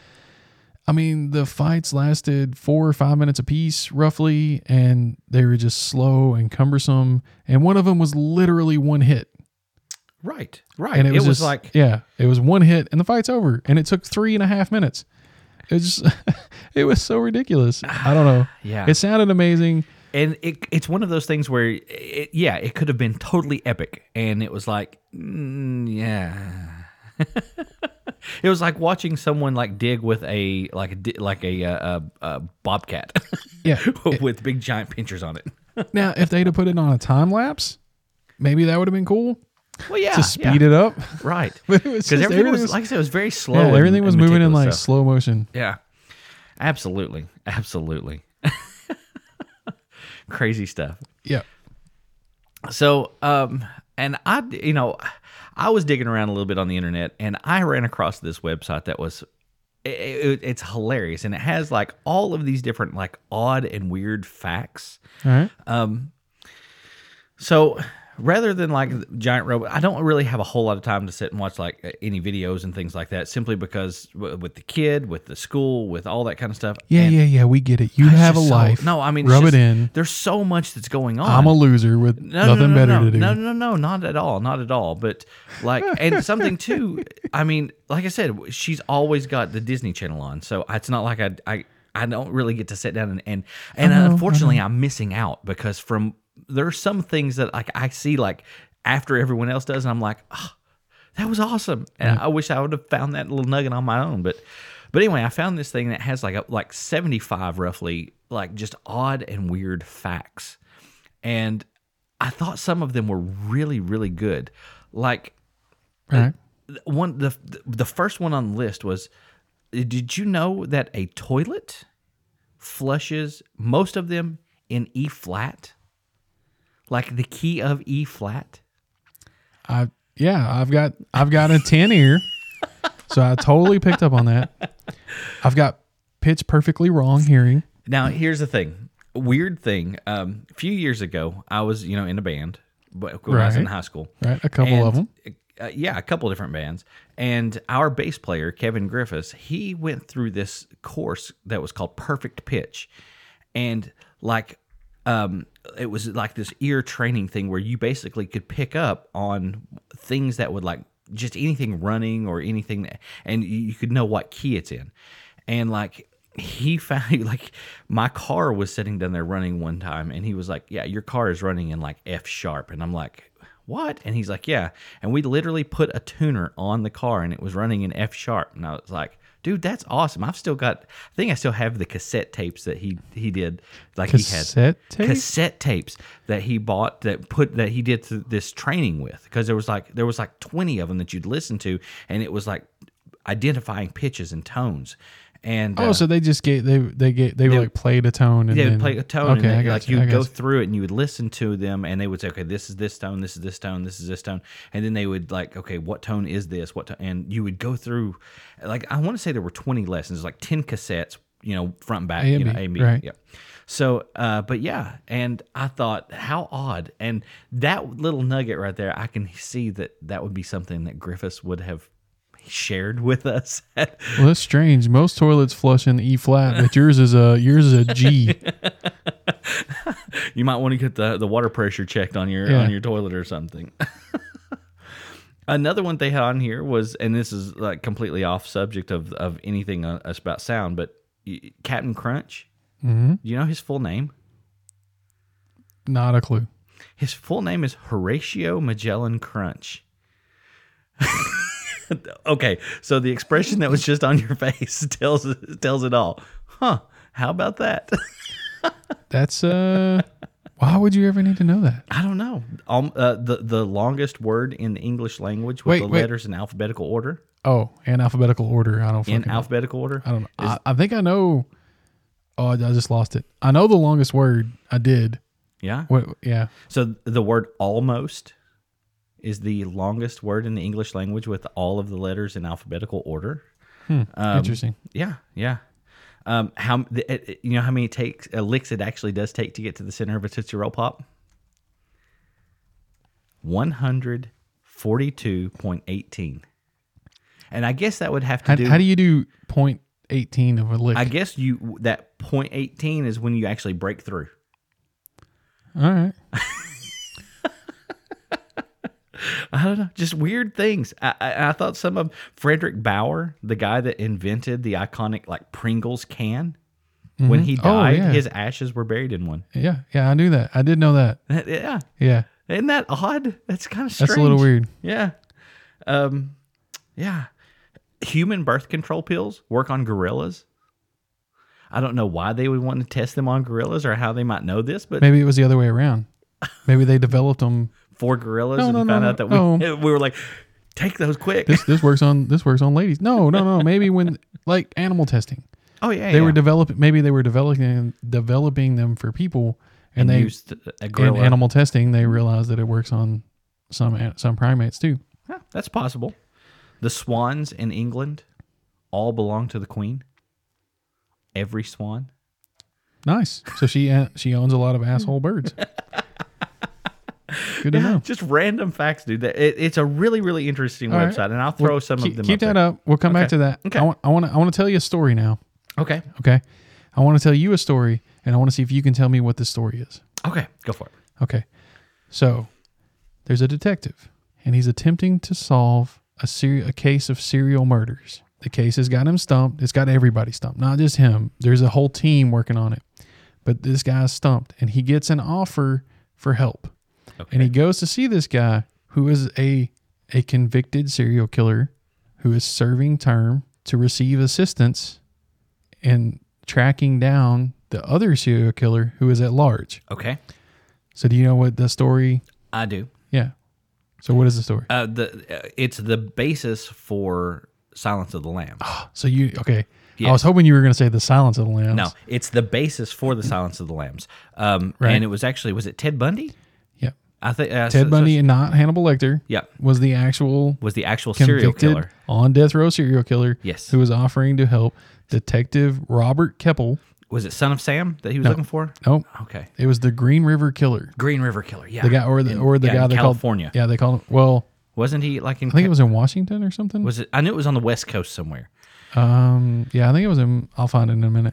I mean, the fights lasted four or five minutes apiece, roughly, and they were just slow and cumbersome. And one of them was literally one hit, Right. Right. and it was, just, like yeah, it was one hit, and the fight's over, and it took three and a half minutes. It was just, it was so ridiculous. I don't know. yeah. It sounded amazing. and it, it's one of those things where it, yeah, it could have been totally epic, and it was like mm, yeah. it was like watching someone like dig with a like a di- like a, uh a, a bobcat Yeah. with big giant pinchers on it. Now, if they'd have put it on a time lapse, maybe that would have been cool Well, Ah, yeah, to speed it up. it right But it was because just- everything everything was, was- like I said, it was very slow. Yeah, and- everything was and moving in like meticulous, so- slow motion. Yeah. Absolutely. Absolutely. Crazy stuff. Yeah. So, um, and I, you know, I was digging around a little bit on the internet and I ran across this website that was, it, it, it's hilarious. And it has like all of these different, like odd and weird facts. All right. Um, so rather than like giant robot i don't really have a whole lot of time to sit and watch like any videos and things like that simply because w- with the kid with the school with all that kind of stuff Yeah, and yeah, yeah. We get it. You it's have a just so- life. no i mean it's rub just- it in. there's so much that's going on I'm a loser with no, nothing no, no, better no, to do. No, no, no, not at all, not at all. But like, and something too. I mean, like I said, she's always got the Disney Channel on, so it's not like I, I, I don't really get to sit down and and and know, I unfortunately, I'm missing out because from there's some things that like I see like after everyone else does, and I'm like, oh, that was awesome, and I wish I would have found that little nugget on my own, but. But anyway, I found this thing that has like a, like 75 roughly like just odd and weird facts and I thought some of them were really, really good. Like Right. th- one, the the first one on the list was, did you know that a toilet flushes most of them in E flat, like the key of E flat? I yeah, I've got I've got a ten ear, so I totally picked up on that. I've got pitch perfectly wrong hearing. Now, here's the thing. Weird thing. Um, a few years ago, I was, you know, in a band, but when I was in Right. high school. Right, a couple of And, them. Uh, yeah, a couple different bands. And our bass player, Kevin Griffiths, he went through this course that was called Perfect Pitch. And like, um, it was like this ear training thing where you basically could pick up on things that would like just anything running or anything, that, and you you could know what key it's in. And like, he found like my car was sitting down there running one time, and he was like, "Yeah, your car is running in like F sharp," and I'm like, what? And he's like, yeah. And we literally put a tuner on the car and it was running in F sharp. And I was like, dude, that's awesome. I've still got, I think I still have the cassette tapes that he, he did. Like he had Cassette tape? cassette tapes that he bought that put, that he did th- this training with. Cause there was like, there was like 20 of them that you'd listen to. And it was like identifying pitches and tones. And Oh, uh, so they just get they they get they, like played a tone and yeah, then, would play a tone. Okay, and I then, got like you. you I would got go you. through it and you would listen to them, and they would say, "Okay, this is this tone, this is this tone, this is this tone," and then they would like, "Okay, what tone is this? What?" Tone? And you would go through, like I want to say there were twenty lessons, like ten cassettes, you know, front and back, A and you know, B, A and B, right. yeah. So, uh, but yeah, and I thought how odd, and that little nugget right there, I can see that that would be something that Griffiths would have shared with us. Well, that's strange. Most toilets flush in E flat, but yours is a yours is a G. you might want to get the, the water pressure checked on your Yeah. on your toilet or something. Another one they had on here was, and this is like completely off subject of of anything uh, us about sound, but y- Captain Crunch. Mhm. You know his full name. Not a clue. His full name is Horatio Magellan Crunch. okay, so the expression that was just on your face tells tells it all. Huh? How about that? That's uh. why would you ever need to know that? I don't know. Um, uh, the the longest word in the English language with Wait, the wait. letters in alphabetical order. Oh, in alphabetical order. I don't. In fucking know. alphabetical order. I don't know. I, I think I know. Oh, I just lost it. I know the longest word I did. Yeah. What? Yeah. So the word almost is the longest word in the English language with all of the letters in alphabetical order. Um, Interesting. Yeah. Yeah. Um, how the, it, it- you know how many takes uh, licks it actually does take to get to the center of a tootsie roll pop? One hundred forty-two point eighteen. And I guess that would have to How, do. how do you do point eighteen of a lick? I guess you that point eighteen is when you actually break through. All right. I don't know, just weird things. I, I, I thought some of Frederick Bauer, the guy that invented the iconic like Pringles can, when he Oh, died, yeah. his ashes were buried in one. Yeah. Yeah. I knew that. I did know that. yeah, Yeah. isn't that odd? That's kind of strange. That's a little weird. Yeah, um, yeah. Human birth control pills work on gorillas. I don't know why they would want to test them on gorillas or how they might know this, but Maybe it was the other way around. Maybe they developed them. for gorillas No, and no, no, found no, out that we, no. we were like, take those quick. This this works on this works on ladies. No, no, no. Maybe when like animal testing, oh yeah, they yeah. were developing. Maybe they were developing developing them for people, and, and they used a in gorilla. animal testing they realized that it works on some an- some primates too. Yeah, that's possible. The swans in England all belong to the queen. Every swan. uh, Nice. So she she owns a lot of asshole birds. Good to Yeah, know. Just random facts, dude. That- It, it's a really, really interesting All right. website, and I'll throw Well, some keep, of them. Keep up that up. We'll come back Okay. to that. Okay. I want. I want. To, I want to tell you a story now. There. Okay. Okay. I want to tell you a story, and I want to see if you can tell me what the story is. Okay. Go for it. Okay. So there's a detective, and he's attempting to solve a ser- a case of serial murders. The case has got him stumped. It's got everybody stumped, not just him. There's a whole team working on it. But this guy's stumped, and he gets an offer for help. Okay. And he goes to see this guy who is a a convicted serial killer who is serving term to receive assistance in tracking down the other serial killer who is at large. Okay. So do you know what the story? I do. Yeah. So what is the story? Uh, the uh, it's the basis for Silence of the Lambs. So you okay? I Yes. was hoping you were going to say the Silence of the Lambs. Oh. No, it's the basis for the Silence of the Lambs. Um, Right. and it was actually was it Ted Bundy? Yeah. I think uh, so- Ted so- Bundy and not Hannibal Lecter. Yeah. Was the actual was the actual serial convicted killer. on death row serial killer. Yes. Who was offering to help Detective Robert Keppel? Was it Son of Sam that he was looking for? Nope. Okay. It was the Green River Killer. Green River Killer. Yeah. The guy or the In- or the yeah, guy in they California. called. Yeah, they called him. Well, Wasn't he like in? I think it was in Washington or something. was it? I knew it was on the West Coast somewhere. Um, yeah, I think it was him. I'll find it in a minute.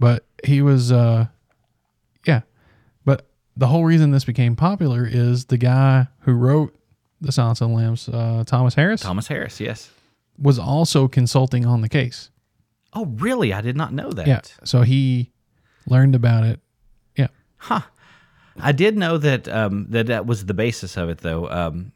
But he was, uh, yeah. But the whole reason this became popular is the guy who wrote The Silence of the Lambs, uh, Thomas Harris, Thomas Harris. Yes. was also consulting on the case. Oh, really? I did not know that. Yeah. So he learned about it. Yeah. I did know that um, that that was the basis of it, though, um,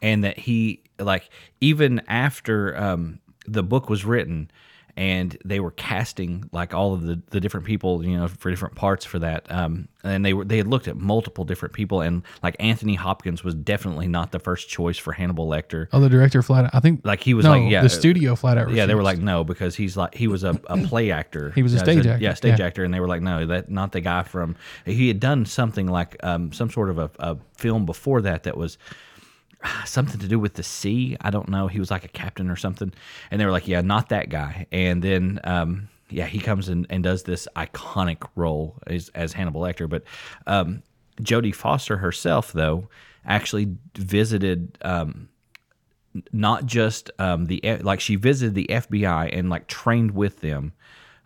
and that he like even after um, the book was written and they were casting like all of the, the different people you know for different parts for that um, and they were they had looked at multiple different people and like anthony hopkins was definitely not the first choice for hannibal lecter Oh, the director flat out, I think, like he was no, like yeah uh, the studio flat out. yeah, they were refused. like no because he's like he was a, a play actor. He was a As stage actor, Yeah, stage yeah. actor, and they were like no, that not the guy from. He had done something like um, some sort of a, a film before that that was ah, something to do with the sea. I don't know. He was like a captain or something, and they were like yeah, not that guy. And then um, yeah, he comes in and does this iconic role as, as Hannibal Lecter, but um, Jodie Foster herself though actually visited. Um, not just um, the like she visited the FBI and like trained with them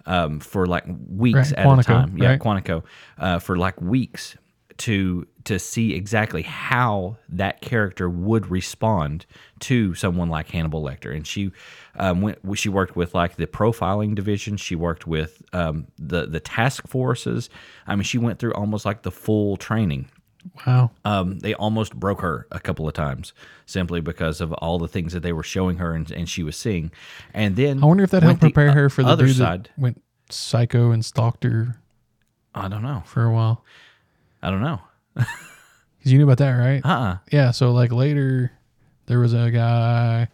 um, for like weeks Right, at Quantico, a time. Yeah, right. Quantico uh, for like weeks to to see exactly how that character would respond to someone like Hannibal Lecter. And she um, went. She worked with like the profiling division. She worked with um, the the task forces. I mean, she went through almost like the full training wow. um, they almost broke her a couple of times simply because of all the things that they were showing her and, and she was seeing. And then I wonder if that helped went the prepare o- her for the other dude that side. went psycho and stalked her I don't know. for a while. I don't know. Cause you knew about that, right? Uh uh Yeah, so like later there was a guy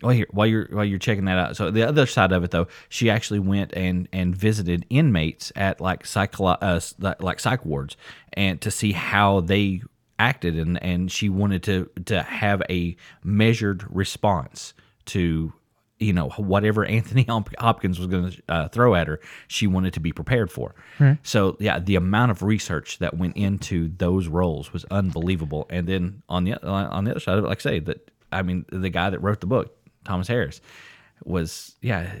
While you're, while you're while you're checking that out, so the other side of it though, she actually went and and visited inmates at like psych uh, s- like- like psych wards, and to see how they acted, and and she wanted to to have a measured response to you know whatever Anthony Hop- Hopkins was going to uh, throw at her, she wanted to be prepared for. Hmm. So yeah, the amount of research that went into those roles was unbelievable. And then on the uh, on the other side of it, like I say that I mean the guy that wrote the book, Thomas Harris, was yeah,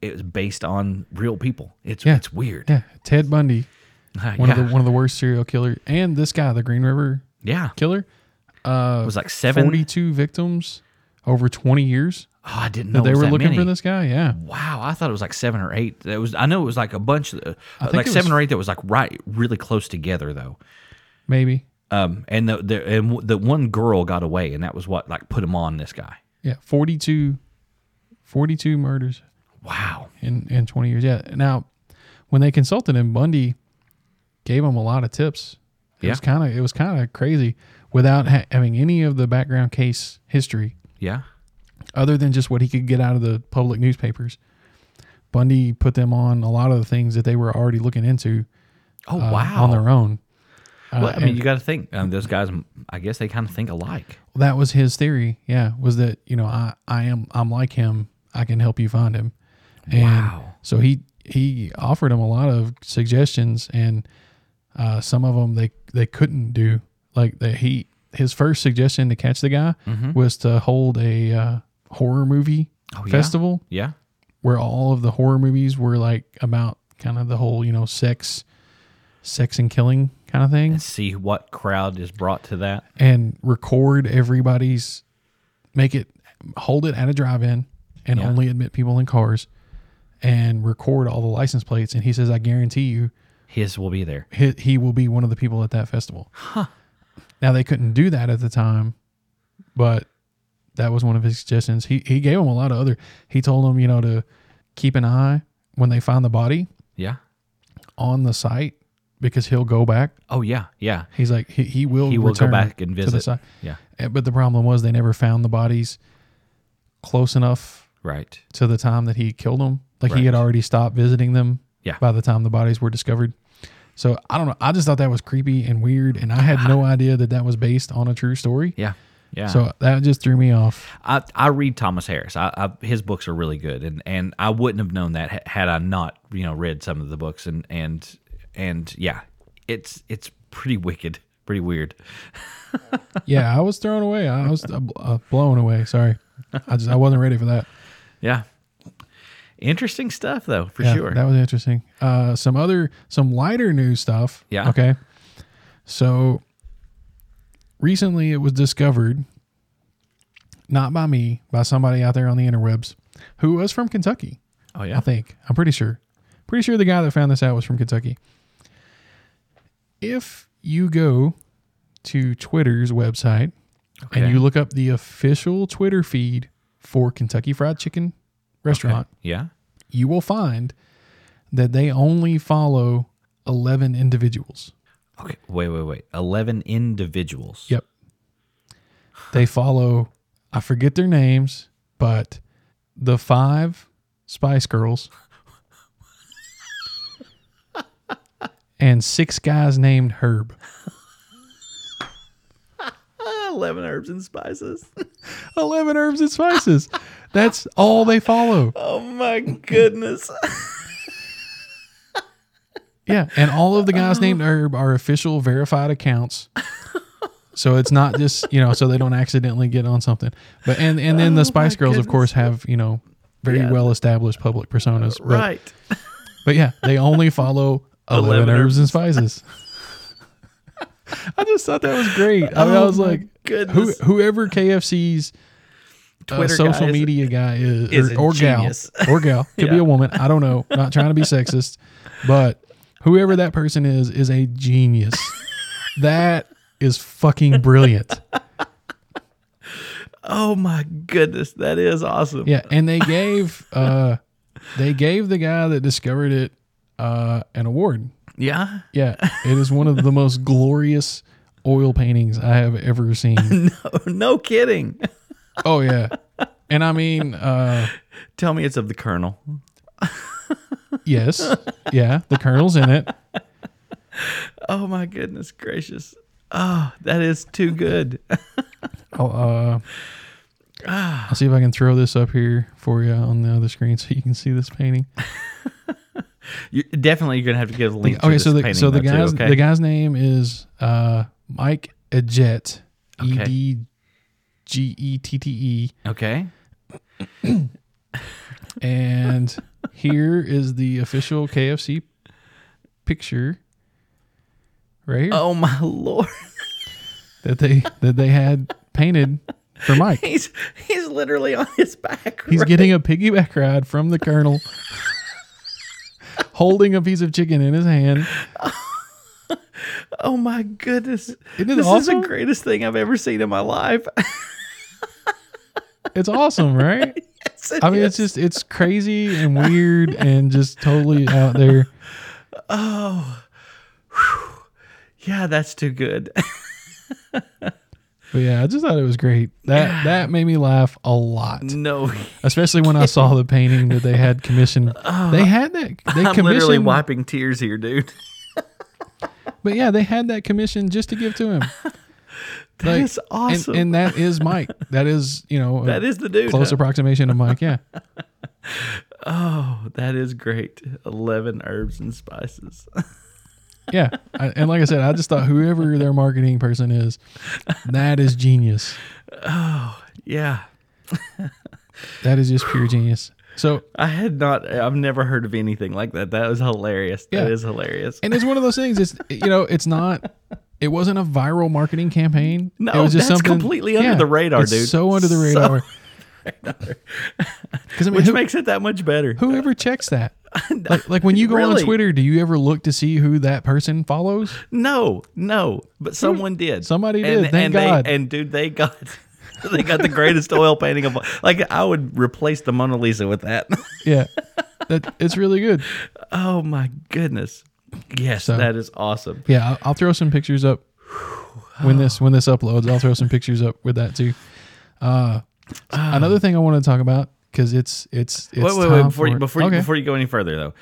it was based on real people. It's Yeah. it's weird. Yeah, Ted Bundy, Yeah, one yeah. of the one of the worst serial killer and this guy, the Green River killer, it was like seven. forty two victims over twenty years. Oh, I didn't know they it was were that looking for many. this guy, yeah. Wow, I thought it was like seven or eight. That was I know it was like a bunch, uh, think like it seven was- or eight that was like right, really close together though. Maybe. Um, and the, the and w- the one girl got away, and that was what like put him on this guy. Yeah. 42, 42 murders Wow. in, in twenty years. Yeah. Now when they consulted him, Bundy gave him a lot of tips. It Yeah. was kinda it was kinda crazy without ha- having any of the background case history. Yeah. other than just what he could get out of the public newspapers. Bundy put them on a lot of the things that they were already looking into Oh uh, wow. on their own. Uh, well, I mean, and you got to think um, those guys. I guess they kind of think alike. that was his theory. Yeah, was that you know I I am I'm like him. I can help you find him. And Wow. So he he offered him a lot of suggestions, and uh, some of them they they couldn't do like that he his first suggestion to catch the guy was to hold a uh, horror movie Mm-hmm. Oh, yeah? festival Yeah. where all of the horror movies were like about kind of the whole you know sex sex and killing kind of thing And see what crowd is brought to that. and record everybody's make it hold it at a drive-in and Yeah. only admit people in cars and record all the license plates and he says i guarantee you His will be there. he, he will be one of the people at that festival now they couldn't do that at the time but that was one of his suggestions he, he gave him a lot of other he told them you know to keep an eye when they find the body Yeah. on the site because he'll go back Oh yeah. Yeah. he's like he, he will He will go return back and to the visit. site. Yeah. Uh, But the problem was they never found the bodies close enough Right. to the time that he killed them. Like he Right. had already stopped visiting them Yeah. by the time the bodies were discovered. So I don't know. I just thought that was creepy and weird, and I had no idea that that was based on a true story. Yeah. Yeah. So that just threw me off. I, I read Thomas Harris. I, I, his books are really good, and, and I wouldn't have known that ha- had I not you know read some of the books and and and yeah, it's it's pretty wicked, pretty weird. yeah, I was thrown away. I was uh, bl- uh, blown away. Sorry, I just I wasn't ready for that. Yeah, interesting stuff though for Yeah, sure. That was interesting. Uh, some other, some lighter news stuff. Yeah. Okay. So recently it was discovered, not by me, by somebody out there on the interwebs who was from Kentucky, oh I yeah, think. I'm pretty sure. Pretty sure the guy that found this out was from Kentucky. If you go to Twitter's website Okay. and you look up the official Twitter feed for Kentucky Fried Chicken restaurant, yeah. you will find that they only follow 11 individuals. Okay, wait, wait, wait. Eleven individuals. Yep. They follow, I forget their names, but the five Spice Girls and six guys named Herb. Ah, Eleven herbs and spices. 11 herbs and spices. That's all they follow. oh my goodness. Yeah, and all of the guys Oh. named Herb are official verified accounts. So it's not just you know, so they don't accidentally get on something. But and and then the Spice Girls, of course, have you know very Oh Yeah. well established public personas. But, right. but yeah, they only follow eleven, Eleven herbs and spices. I just thought that was great. I, mean, I Oh was my like, who, goodness. whoever KFC's uh, Twitter social guys media guy is, is or, a or gal genius. or gal could be Yeah. a woman. I don't know. Not trying to be sexist, but whoever that person is is a genius. that is fucking brilliant. Oh my goodness, that is awesome. Yeah, and they gave uh, they gave the guy that discovered it uh, an award. Yeah. Yeah, it is one of the most glorious oil paintings I have ever seen. Oh, no kidding. Oh yeah, and I mean, uh, Tell me it's of the Colonel. yes, yeah, the colonel's in it. Oh my goodness gracious. Oh, that is too good. I'll, uh, I'll see if I can throw this up here for you on the other screen so you can see this painting. You definitely you're gonna have to give a link. Okay, to so this the painting, so the though, too, guy's okay? the guy's name is uh, Mike Ejet, E Okay. D G E T T E, Okay. and here is the official KFC picture. Right here. Oh my lord, that they that they had painted for Mike. he's he's literally on his back. He's right? getting a piggyback ride from the colonel, holding a piece of chicken in his hand. Oh my goodness, Isn't it this awesome? is the greatest thing I've ever seen in my life. It's awesome, right? Yes, it I mean, is. it's just it's crazy and weird and just totally out there. yeah, that's too good. But yeah, I just thought it was great. That that made me laugh a lot, no, especially when I saw the painting that they had commissioned. They had that they Uh, I'm literally commissioned, wiping tears here, dude. but yeah, they had that commission just to give to him. Like, That's awesome. and, and that is Mike. That is you know that is the dude. close huh? approximation of Mike. Yeah, Oh, that is great. Eleven herbs and spices. yeah. I, and like I said, I just thought whoever their marketing person is, that is genius. Yeah. That is just pure genius. So, I had not. I've never heard of anything like that. That was hilarious. That Yeah. is hilarious. and it's one of those things. It's you know, it's not. It wasn't a viral marketing campaign. No, it was just that's something completely under the radar, it's dude. So under the So- radar. Because I mean, Which who, makes it that much better. whoever checks that, like, like when you go Really? on Twitter, do you ever look to see who that person follows? No, no, but someone did. Hmm. Somebody did, And, thank and God. They, and dude, they got they got the greatest oil painting of all. like I would replace the Mona Lisa with that. Yeah, that it's really good. oh my goodness. Yes, So- that is awesome. Yeah, I'll, I'll throw some pictures up when this when this uploads. I'll throw some pictures up with that too. Uh, another thing I want to talk about because it's it's it's wait, wait, time wait. Before for you, it. before you, okay. before you go any further though,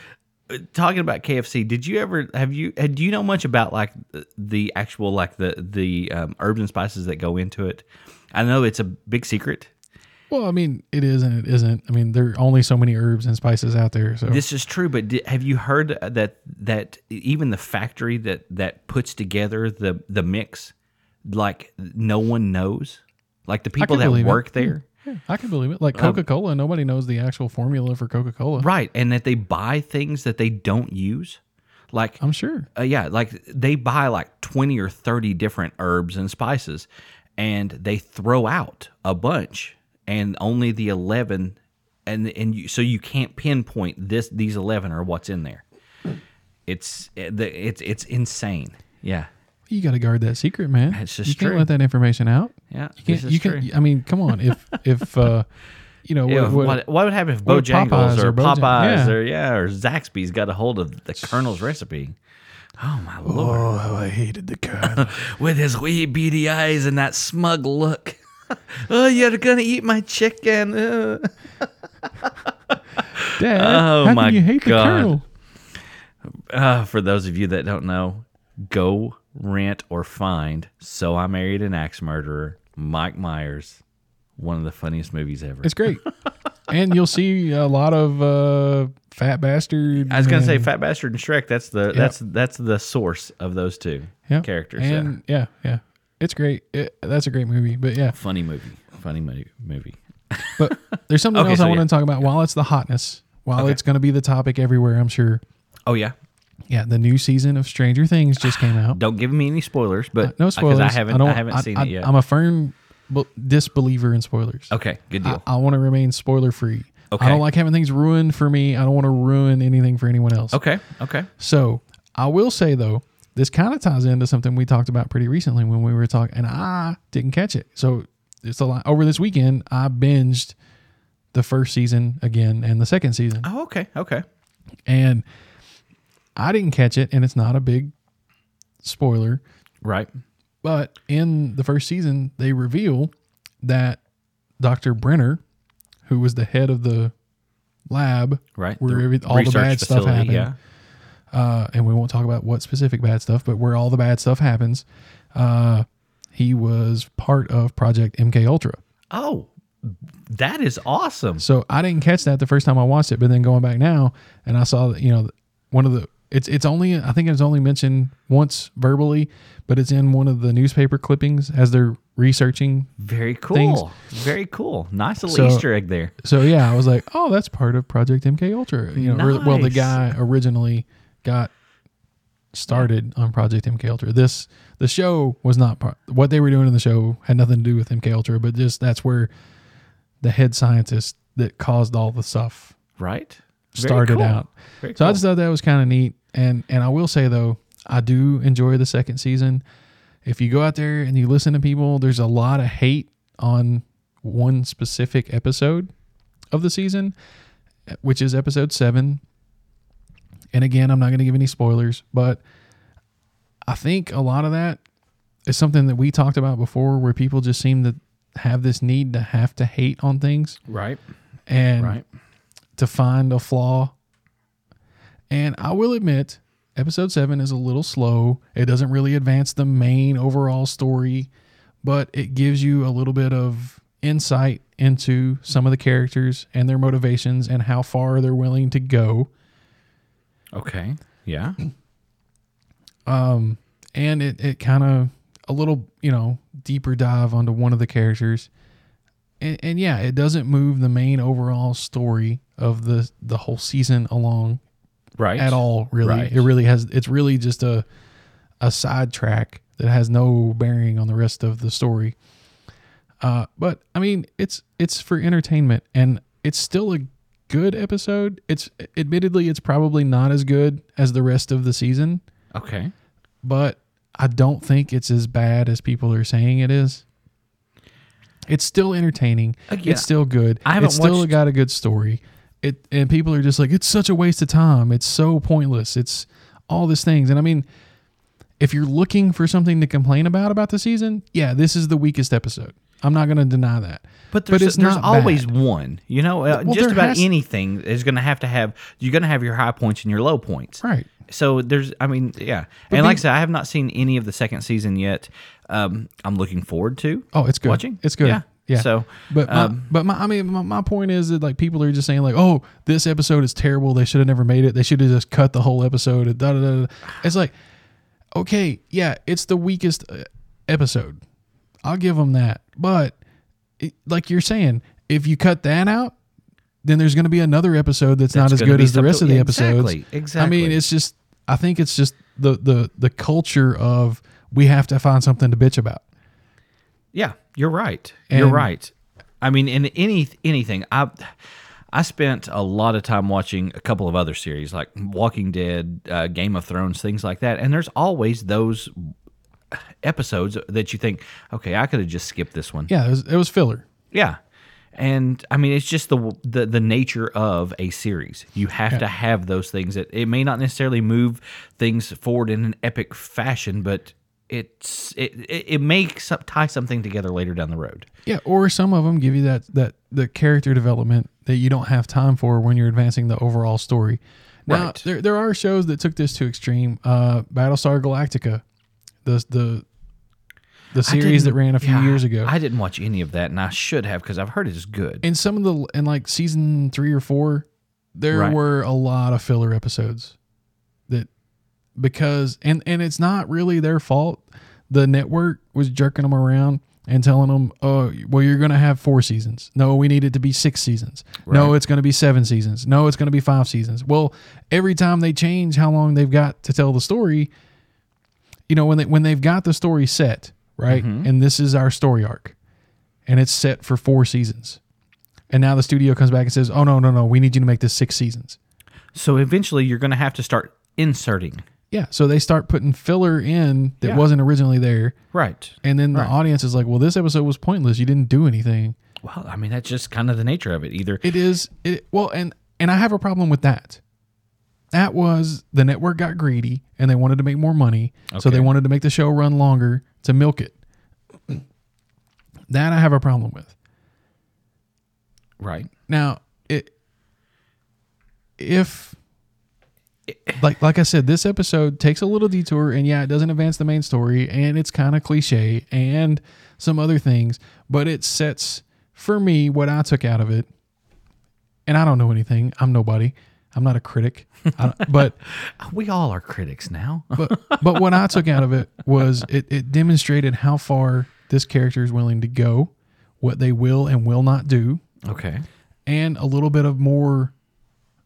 uh, talking about KFC, did you ever have you had, do you know much about like the- the actual like the the um, herbs and spices that go into it? I know it's a big secret. well, I mean, it is and it isn't. I mean, there are only so many herbs and spices out there. So This is true, but di have you heard uh, that that even the factory that that puts together the the mix, like no one knows, like the people can that believe it. work there, Yeah, I can believe it. Like Coca Cola, nobody knows the actual formula for Coca Cola. Um, right? And that they buy things that they don't use, like I'm sure. uh, yeah, like they buy like 20 or 30 different herbs and spices and they throw out a bunch and only the 11 and and you, so you can't pinpoint this these 11 are what's in there. It's uh, the- it's it's insane. Yeah. You got to guard that secret, man. That's just you can't true. let that information out. Yeah. You can't. You can't. I mean, come on. If if uh, you know Yeah, what, what, what, what, would happen if what Bojangles Popeyes or or Bojang- Popeyes yeah. or yeah or Zaxby's got a hold of the Colonel's recipe? Oh my lord! Oh, how I hated the car. with his wee beady eyes and that smug look. oh, you're gonna eat my chicken. Uh. Dad, Oh, how my can you hate God. the colonel? Uh, for those of you that don't know, go rent or find So I Married an Axe Murderer, Mike Myers, one of the funniest movies ever. It's great. and you'll see a lot of uh, fat bastard. I was gonna say and- Fat Bastard and Shrek. That's the that's that's the source of those two yeah. characters. yeah. And yeah, yeah. It's great. It, that's a great movie. But yeah, Funny movie. Funny mo- movie. but there's something Okay, else so I want yeah. to talk about while it's the hotness, while it's going to be the topic everywhere, I'm sure. Oh yeah. Yeah, the new season of Stranger Things just came out. Don't give me any Uh, spoilers, but no spoilers. Because I haven't I, don't- haven't seen I- it yet. I'm a firm bu- disbeliever in spoilers. okay, good deal. I want to remain spoiler free. Okay. I don't like having things ruined for me. I don't want to ruin anything for anyone else. okay, okay. So I will say though, this kind of ties into something we talked about pretty recently when we were talking, and I didn't catch it. So it's a lot over this weekend. I binged the first season again and the second season, Oh, okay, okay. and I didn't catch it, and it's not a big spoiler. Right. But in the first season, they reveal that Dr. Brenner, who was the head of the lab, Right. where The every, all the research bad stuff facility, happened, Yeah. uh, and we won't talk about what specific bad stuff, but where all the bad stuff happens, uh, he was part of Project MK Ultra. Oh, that is awesome. So I didn't catch that the first time I watched it, but then going back now and I saw that you know one of the it's it's only I think it was only mentioned once verbally, but it's in one of the newspaper clippings as they're researching Very cool. Very cool. Nice little So- Easter egg there. so yeah, I was like, oh, that's part of Project MK Ultra. You know, or- well, the Nice. guy originally got started on Project MK Ultra. This the show was not part. What they were doing in the show had nothing to do with MK Ultra, but just that's where the head scientist that caused all the stuff Right. Very started cool. out. Very So I cool. just thought that was kind of neat. And and I will say though, I do enjoy the second season. If you go out there and you listen to people, there's a lot of hate on one specific episode of the season, which is episode seven. And again, I'm not going to give any spoilers, but I think a lot of that is something that we talked about before, where people just seem to have this need to have to hate on things right. and Right. to find a flaw. And I will admit, episode seven is a little slow. It doesn't really advance the main overall story, but it gives you a little bit of insight into some of the characters and their motivations and how far they're willing to go. Okay. Yeah. Um, and it, it kind of a little, you know, deeper dive onto one of the characters. And, and yeah, it doesn't move the main overall story of the the whole season along right at all really Right. it really has it's really just a a sidetrack that has no bearing on the rest of the story uh but i mean it's it's for entertainment and it's still a good episode it's admittedly it's probably not as good as the rest of the season Okay. but i don't think it's as bad as people are saying it is it's still entertaining Again, it's still good Uh, I haven't it's still watched- got a good story it and people are just like it's such a waste of time it's so pointless it's all these things and i mean if you're looking for something to complain about about the season yeah this is the weakest episode i'm not going to deny that But there's, it's there's not always bad. one. You know, uh, Well, just there about has- anything is going to have to have you're going to have your high points and your low points. right So there's, I mean, yeah. and like I said, I have not seen any of the second season yet. Um, I'm looking forward to. oh it's good Watching. it's good Yeah. yeah, So, but my, Um, but my i mean my, my point is that like people are just saying like oh this episode is terrible they should have never made it they should have just cut the whole episode and da, da, da, da. it's like okay, yeah, it's the weakest uh, episode. I'll give them that. But it, like you're saying, if you cut that out, then there's going to be another episode that's, That's not as gonna good be as the rest of something- the episodes. Exactly, exactly. I mean, it's just I think it's just the the the culture of we have to find something to bitch about. Yeah, you're right. you're And- right. I mean, in any anything, I I spent a lot of time watching a couple of other series like Walking Dead, uh, Game of Thrones, things like that. And there's always those episodes that you think, okay, I could have just skipped this one. Yeah, it was, it was filler. Yeah. And I mean, it's just the, the the nature of a series. You have to have those things. That it may not necessarily move things forward in an epic fashion, but it's it it, it may some, tie something together later down the road. Yeah, or some of them give you that that the character development that you don't have time for when you're advancing the overall story. Now, Right. there there are shows that took this to extreme. Uh, Battlestar Galactica, the the the I series that didn't- ran a few yeah, years ago. I didn't watch any of that, and I should have because I've heard it is good. in some of the in like season three or four, there Right. were a lot of filler episodes that because and and it's not really their fault. The network was jerking them around and telling them, "Oh, well, you're going to have four seasons. No, we need it to be six seasons. No, Right. it's going to be seven seasons. No, it's going to be five seasons." Well, every time they change how long they've got to tell the story, you know, when they when they've got the story set, right? Mm-hmm. And this is our story arc. And it's set for four seasons. And now the studio comes back and says, "Oh no, no, no! We need you to make this six seasons." so eventually, you're going to have to start inserting. Yeah, so they start putting filler in that Yeah. wasn't originally there, Right. and then the audience is like, "Well, this episode was pointless. You didn't do anything." Well, I mean, that's just kind of the nature of it. Either It is it well, and and I have a problem with that. That was the network got greedy and they wanted to make more money, so Okay. they wanted to make the show run longer to milk it. That I have a problem with. right. Now, it, if like like I said, this episode takes a little detour, and yeah, it doesn't advance the main story, and it's kind of cliche and some other things, but it sets for me what I took out of it. And I don't know anything. I'm nobody. I'm not a critic. I don't- but We all are critics now. but but what I took out of it was it, it demonstrated how far this character is willing to go, what they will and will not do okay. and a little bit of more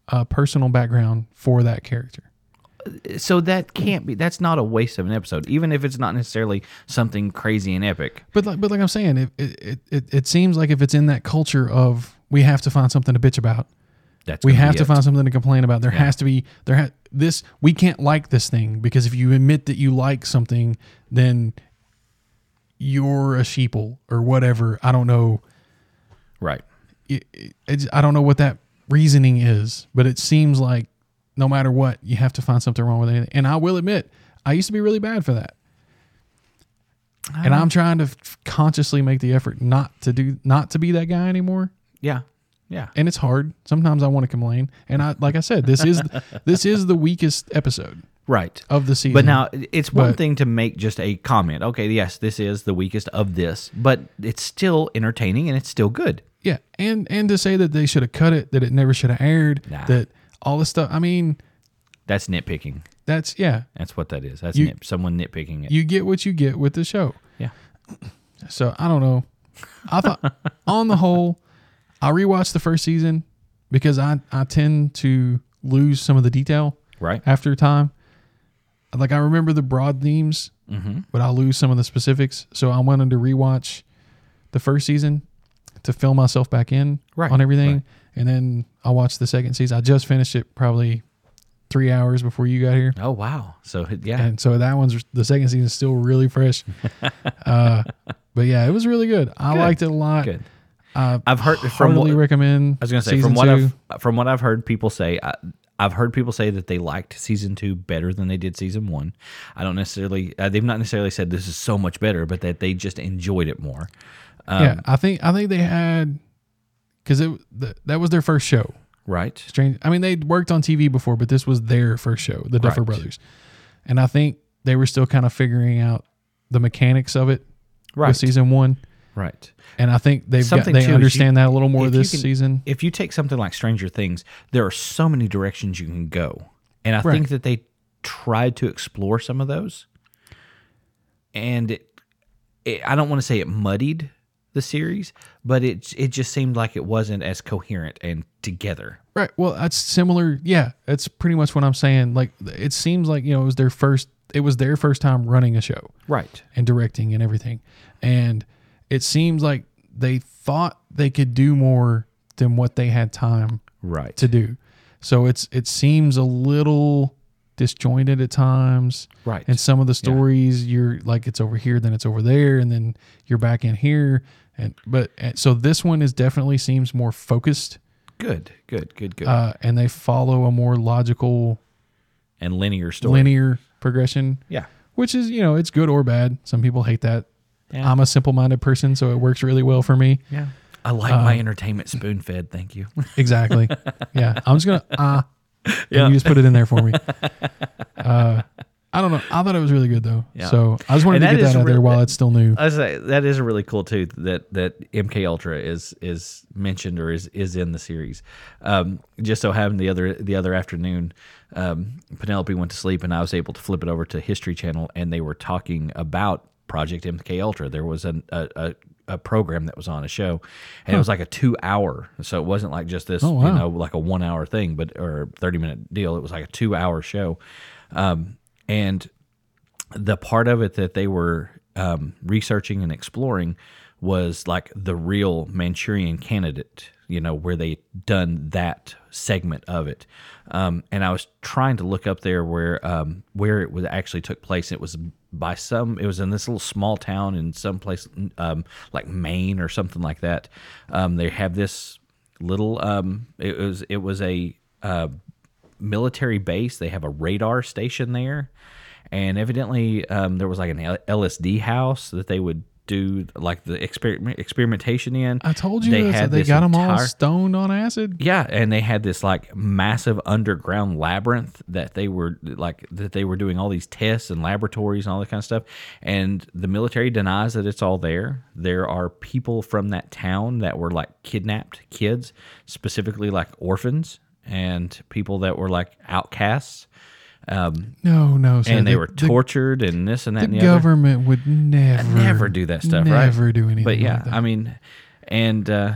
uh, personal background for that character. so that can't be that's not a waste of an episode even if it's not necessarily something crazy and epic But like, but like I'm saying, it it, it it seems like if it's in that culture of we have to find something to bitch about, that's we gonna have be to it. find something to complain about. There has to be there ha- this we can't like this thing because if you admit that you like something, then you're a sheeple or whatever. I don't know. right It, it, it's- I don't know what that reasoning is, but it seems like no matter what, you have to find something wrong with anything. And I will admit, I used to be really bad for that. and Uh-huh. I'm trying to f- consciously make the effort not to do not to be that guy anymore. yeah yeah And it's hard. Sometimes I want to complain. And I like I said, this is this is the weakest episode right of the season. but now it's one Oh, But- thing to make just a comment okay yes this is the weakest of this but it's still entertaining and it's still good yeah, and and to say that they should have cut it, that it never should have aired, Nah. that all this stuff. I mean, that's nitpicking That's yeah. That's what that is. That's You- nit, someone nitpicking it. You get what you get with the show. Yeah. So I don't know. I thought on the whole, I rewatched the first season because I, I tend to lose some of the detail right? after time. Like I remember the broad themes, Mm-hmm. but I lose some of the specifics. So I wanted to rewatch the first season to fill myself back in Right, on everything. right. And then I watched the second season. I just finished it probably three hours before you got here. Oh wow. So yeah, And so that one's the second season is still really fresh. uh, but yeah, it was really good. I Good. liked it a lot. good. Uh, I've heard from Heartily what, recommend. I was going to say season from what two. I've uh, from what I've heard people say. I, I've heard people say that they liked season two better than they did season one. I don't necessarily. Uh, they've not necessarily said this is so much better, but that they just enjoyed it more. Um, yeah, I think I think they had because it the, that was their first show. Right. Strange. I mean, they worked on TV before, but this was their first show, the Duffer Right. Brothers, and I think they were still kind of figuring out the mechanics of it Right. with season one. Right. And I think they've got, Something, they too, is you- understand that a little more if you this can- season. If you take something like Stranger Things, there are so many directions you can go, and I Right. think that they tried to explore some of those, and it, it, I don't want to say it muddied the series, but it it just seemed like it wasn't as coherent and together. Right. Well, that's similar. Yeah, that's pretty much what I'm saying. Like, it seems like you know it was their first. It was their first time running a show Right. and directing and everything, and it seems like they thought they could do more than what they had time Right. to do. So it's it seems a little disjointed at times. Right. And some of the stories you're like it's over here, then it's over there, and then you're back in here. And but and so this one is definitely seems more focused good. Good. Good. Good. uh, and they follow a more logical and linear story. linear progression yeah. which is you know it's good or bad some people hate that Yeah. i'm a simple-minded person so it works really well for me Yeah. Uh, I like my entertainment spoon fed. Thank you. exactly yeah i'm just gonna ah yeah. you just put it in there for me uh, i don't know i thought it was really good though Yeah. so i just wanted And to that get is that out there real- Uh, while it's still new I say that is really cool too. That that MK Ultra is is mentioned or is is in the series. Um, just so happened the other the other afternoon, um, Penelope went to sleep and I was able to flip it over to History Channel and they were talking about Project MK Ultra. There was an, a, a a program that was on a show, and it was like a two hour. So it wasn't like just this, you wow. know, like a one hour thing, but or thirty minute deal. It was like a two hour show, um, and the part of it that they were um, researching and exploring was like the real Manchurian candidate, you know, where they done that segment of it. Um, and I was trying to look up there where um, where it was actually took place. It was by some, it was in this little small town in some place um, like Maine or something like that. Um, they have this little, um, it was it was a uh, military base. They have a radar station there, and evidently um, there was like an L- LSD house that they would do like the experiment experimentation in. i told you this, they this got them all entire- stoned on acid yeah, and they had this like massive underground labyrinth that they were like that they were doing all these tests and laboratories and all that kind of stuff. And the military denies that it's all there. There are people from that town that were like kidnapped kids, specifically like orphans and people that were like outcasts. Um, no no so and they the- were the tortured and this and that and the other. government would never Never do that stuff, never right? do anything but yeah like that. i mean and uh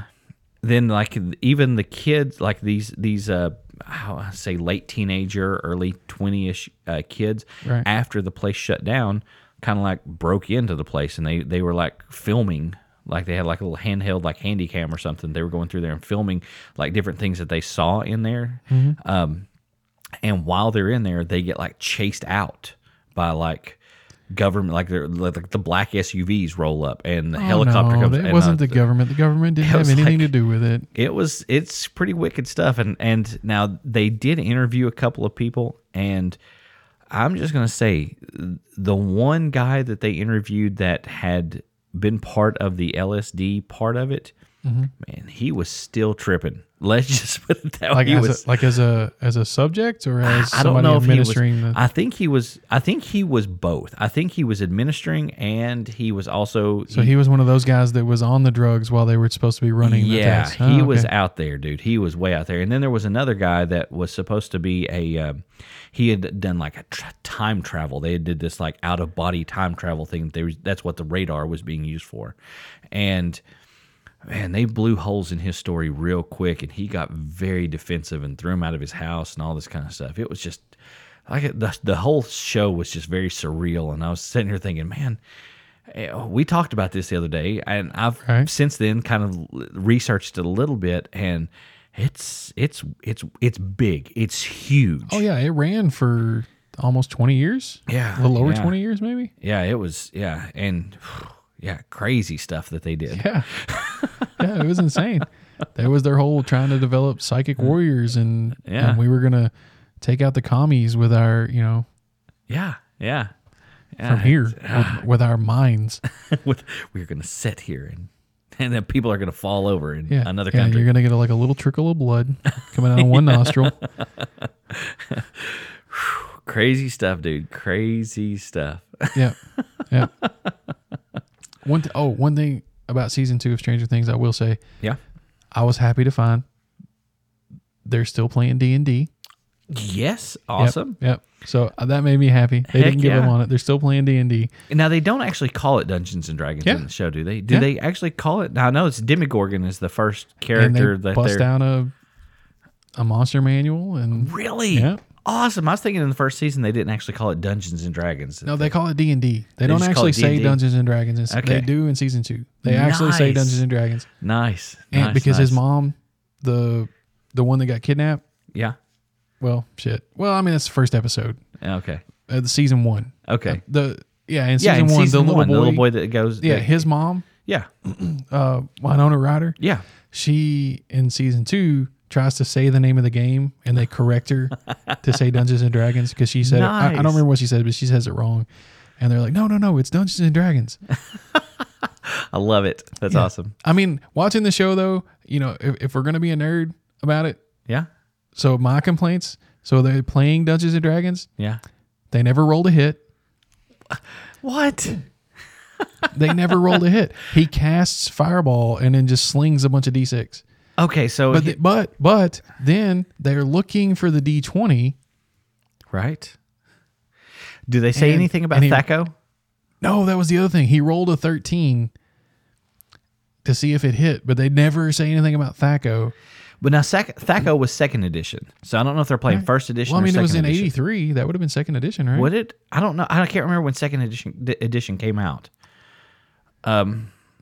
then like even the kids like these these uh how I say late teenager early 20ish uh, kids Right. after the place shut down kind of like broke into the place and they they were like filming like they had like a little handheld like handy cam or something they were going through there and filming like different things that they saw in there Mm-hmm. um and while they're in there they get like chased out by like government like they're like the black SUVs roll up and the Oh, helicopter no, comes It and, wasn't uh, the government. The government didn't have was anything like- to do with it. it was it's pretty wicked stuff and and now they did interview a couple of people and i'm just going to say the one guy that they interviewed that had been part of the lsd part of it Mm-hmm. man, he was still tripping. Let's just put it that Like way. He as was- a, like as a as a subject or as I don't somebody know if he was. administering the I think he was. I think he was both. I think he was administering, and he was also. So he was one of those guys that was on the drugs while they were supposed to be running. the yeah, test. he Oh, okay. was out there, dude. He was way out there. And then there was another guy that was supposed to be a. um he had done like a tr time travel. They had did this like out of body time travel thing. They was, that's what the radar was being used for, and man, they blew holes in his story real quick, and he got very defensive and threw him out of his house and all this kind of stuff. It was just like the the whole show was just very surreal, and I was sitting here thinking, man. eh, We talked about this the other day, and I've Right. since then kind of l- researched it a little bit, and it's it's it's it's big, it's huge. Oh yeah, it ran for almost twenty years. Yeah, a little over yeah. twenty years, maybe. Yeah, it was. Yeah, and yeah, crazy stuff that they did. Yeah, yeah, it was insane. That was their whole trying to develop psychic warriors, and Mm. Yeah. and we were gonna take out the commies with our you know Yeah, yeah. uh, from here with, with our minds. with we're gonna sit here and and then people are gonna fall over in Yeah, another yeah, country. You're gonna get like a little trickle of blood coming out of one nostril. Crazy stuff, dude. Crazy stuff. Yeah. Yeah. one th- oh, one thing about season two of Stranger Things I will say, Yeah. I was happy to find they're still playing D and D. Yes. Awesome. Yep. So uh, that made me happy. They Heck didn't give yeah. up on it. They're still playing D and D. Now they don't actually call it Dungeons and Dragons Yeah. in the show, do they? Do Yeah. they actually call it? Now I know it's Demigorgon is the first And character they that bust they're out a a monster manual and really Yeah. awesome. I was thinking in the first season they didn't actually call it Dungeons and Dragons. no, they call it D and D. They don't just call actually it say D&D? Dungeons and Dragons. In, Okay. They do in season two. They actually say Nice. Dungeons and Dragons, Nice. and nice, because his nice. mom, the the one that got kidnapped. Yeah. Well, shit. Well, I mean that's the first episode. Okay. uh, the season one. Okay. The yeah, in yeah. season in one, season the little one, boy, the little boy that goes. yeah, that- his mom, yeah. uh, Winona Ryder, Yeah. she in season two tries to say the name of the game, and they correct her to say Dungeons and Dragons because she said it, I, I Nice. don't remember what she said, but she says it wrong, and they're like, no, no, no, it's Dungeons and Dragons. I love it. That's awesome. I mean, watching the show though, you know, if, if we're gonna be a nerd about it, Yeah. so my complaints, so they're playing Dungeons and Dragons, Yeah. they never rolled a hit. What? They never rolled a hit. He casts fireball and then just slings a bunch of d6. Okay, so But he- th- but but then they're looking for the D twenty. right. Do they say And- anything about and he- Thaco? No, that was the other thing. He rolled a thirteen to see if it hit, but they never say anything about Thaco. But now Sac- Thaco was second edition, so I don't know if they're playing first edition. Well, I mean, or it was second in edition. eighty three. That would have been second edition, right? Would it? I don't know. I can't remember when second edition d- edition came out.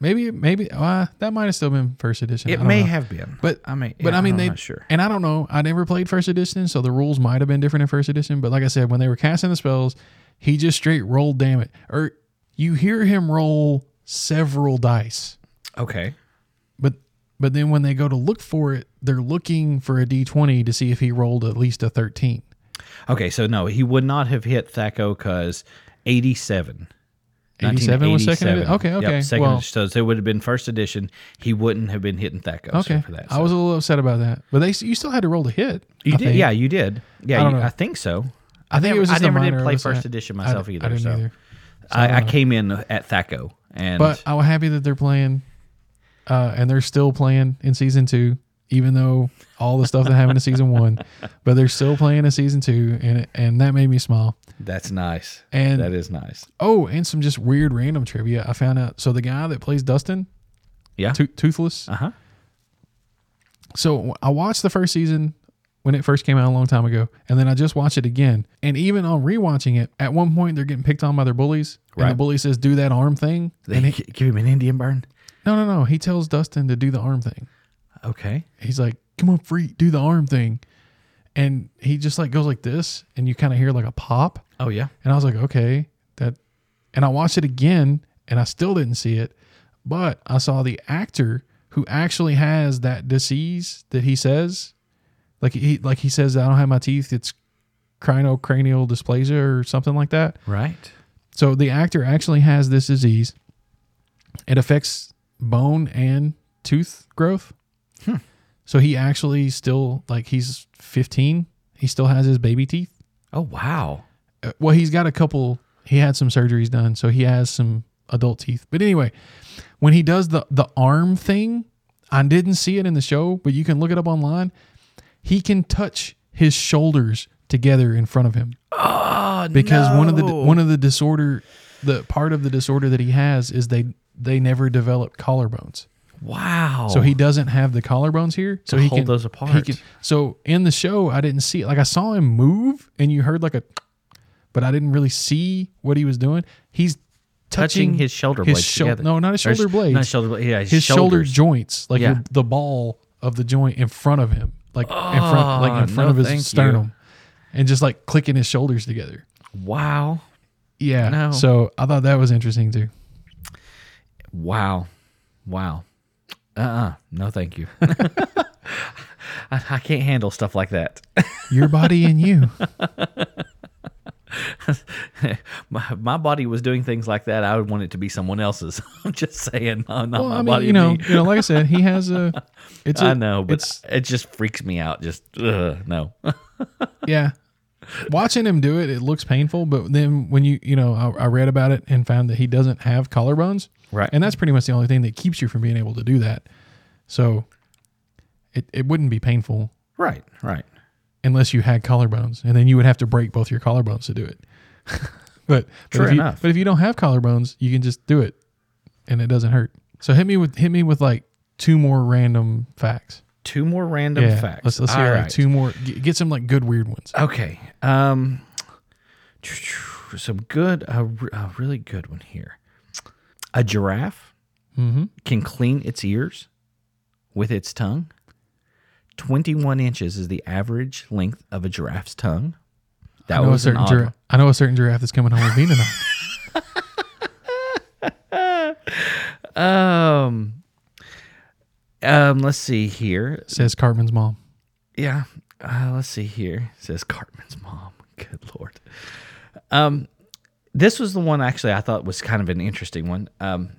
Maybe maybe uh, that might have still been first edition. I It don't may know. have been, But I mean, but yeah, I mean, I'm they not sure. and I don't know. I never played first edition, so the rules might have been different in first edition. But like I said, when they were casting the spells, he just straight rolled. Damn it! Or you hear him roll several dice, Okay, but but then when they go to look for it, they're looking for a d twenty to see if he rolled at least a thirteen. okay. So no, he would not have hit Thaco because eighty seven. 87 was second edi- okay, okay, Yep, second well- edition. so, so it would have been first edition. He wouldn't have been hitting Thaco. so Okay, for that. I was a little upset about that, but they you still had to roll to hit. you I did, think. yeah, you did, yeah. I don't you- know. I think so. I think it was. I Just a never did minor play oversight. first edition myself I, either, I didn't so. either. I, I came in at Thaco, and But I'm happy that they're playing, uh, and they're still playing in season two, even though all the stuff that happened in season one, but they're still playing in season two, and and that made me smile. that's nice. And- that is nice. Oh, and some just weird random trivia I found out. So the guy that plays Dustin, Yeah. to- Toothless. Uh huh. So I watched the first season when it first came out a long time ago, and then I just watched it again. And even on rewatching it, at one point they're getting picked on by their bullies, and the Right. bully says, "Do that arm thing." They give him an Indian burn. No, no, no. He tells Dustin to do the arm thing. Okay. he's like, "Come on, freak, do the arm thing," and he just like goes like this, and you kind of hear like a pop, Oh yeah. and I was like, "Okay, that," and I watched it again, and I still didn't see it, but I saw the actor who actually has that disease that he says, like he like he says, "I don't have my teeth," it's crinocranial dysplasia or something like that. Right. So the actor actually has this disease. It affects bone and tooth growth. So he actually still like he's 15. He still has his baby teeth. Oh wow. Uh, Well, he's got a couple. He had some surgeries done, so he has some adult teeth. But anyway, when he does the the arm thing, I didn't see it in the show, but you can look it up online. He can touch his shoulders together in front of him Oh, because one of the no. one of the disorder the part of the disorder that he has is they they never develop collarbones wow. so he doesn't have the collarbones here so Oh. To he hold can those he apart. can- so in the show i didn't see it like i saw him move and you heard like a but i didn't really see what he was doing he's touching, touching, his shoulder his blades shou- together. no, not his Or shoulder blades. Not his shoulder blades. Yeah, his, his shoulder shoulders. joints like Yeah. the ball of the joint in front of him like in front like in Oh, front no, of thank you. his sternum and just like clicking his shoulders together Wow. yeah No. so i thought that was interesting too Wow. Wow. Uh uh No, thank you. I, I can't handle stuff like that. your body and you. my, my body was doing things like that. I would want it to be someone else's. I'm just saying, not, not Well, my I mean, body. you know, be- you know, like I said, he has a. It's a, I know, but it's it just freaks me out. Just ugh, no. yeah. Watching him do it, it looks painful. But then when you, you know, I, I read about it and found that he doesn't have collarbones, Right. and that's pretty much the only thing that keeps you from being able to do that. So, it it wouldn't be painful right. Right. unless you had collarbones, and then you would have to break both your collarbones to do it. but but Sure if you, enough. But if you don't have collarbones, you can just do it, and it doesn't hurt. So hit me with hit me with like two more random facts. Two more random yeah, facts. Let's let's hear All like right. two more. G- Get some like good weird ones. Okay. Um, some good, a, re- a really good one here. A giraffe Mm-hmm. can clean its ears with its tongue. 21 inches is the average length of a giraffe's tongue. That I know a was an certain odd giraffe. I know a certain giraffe that's coming home with me tonight. one. Um, um, let's see here. says Cartman's mom. Yeah. Uh, let's see here. Says Cartman's mom. Good lord. Um, this was the one actually I thought was kind of an interesting one. Um,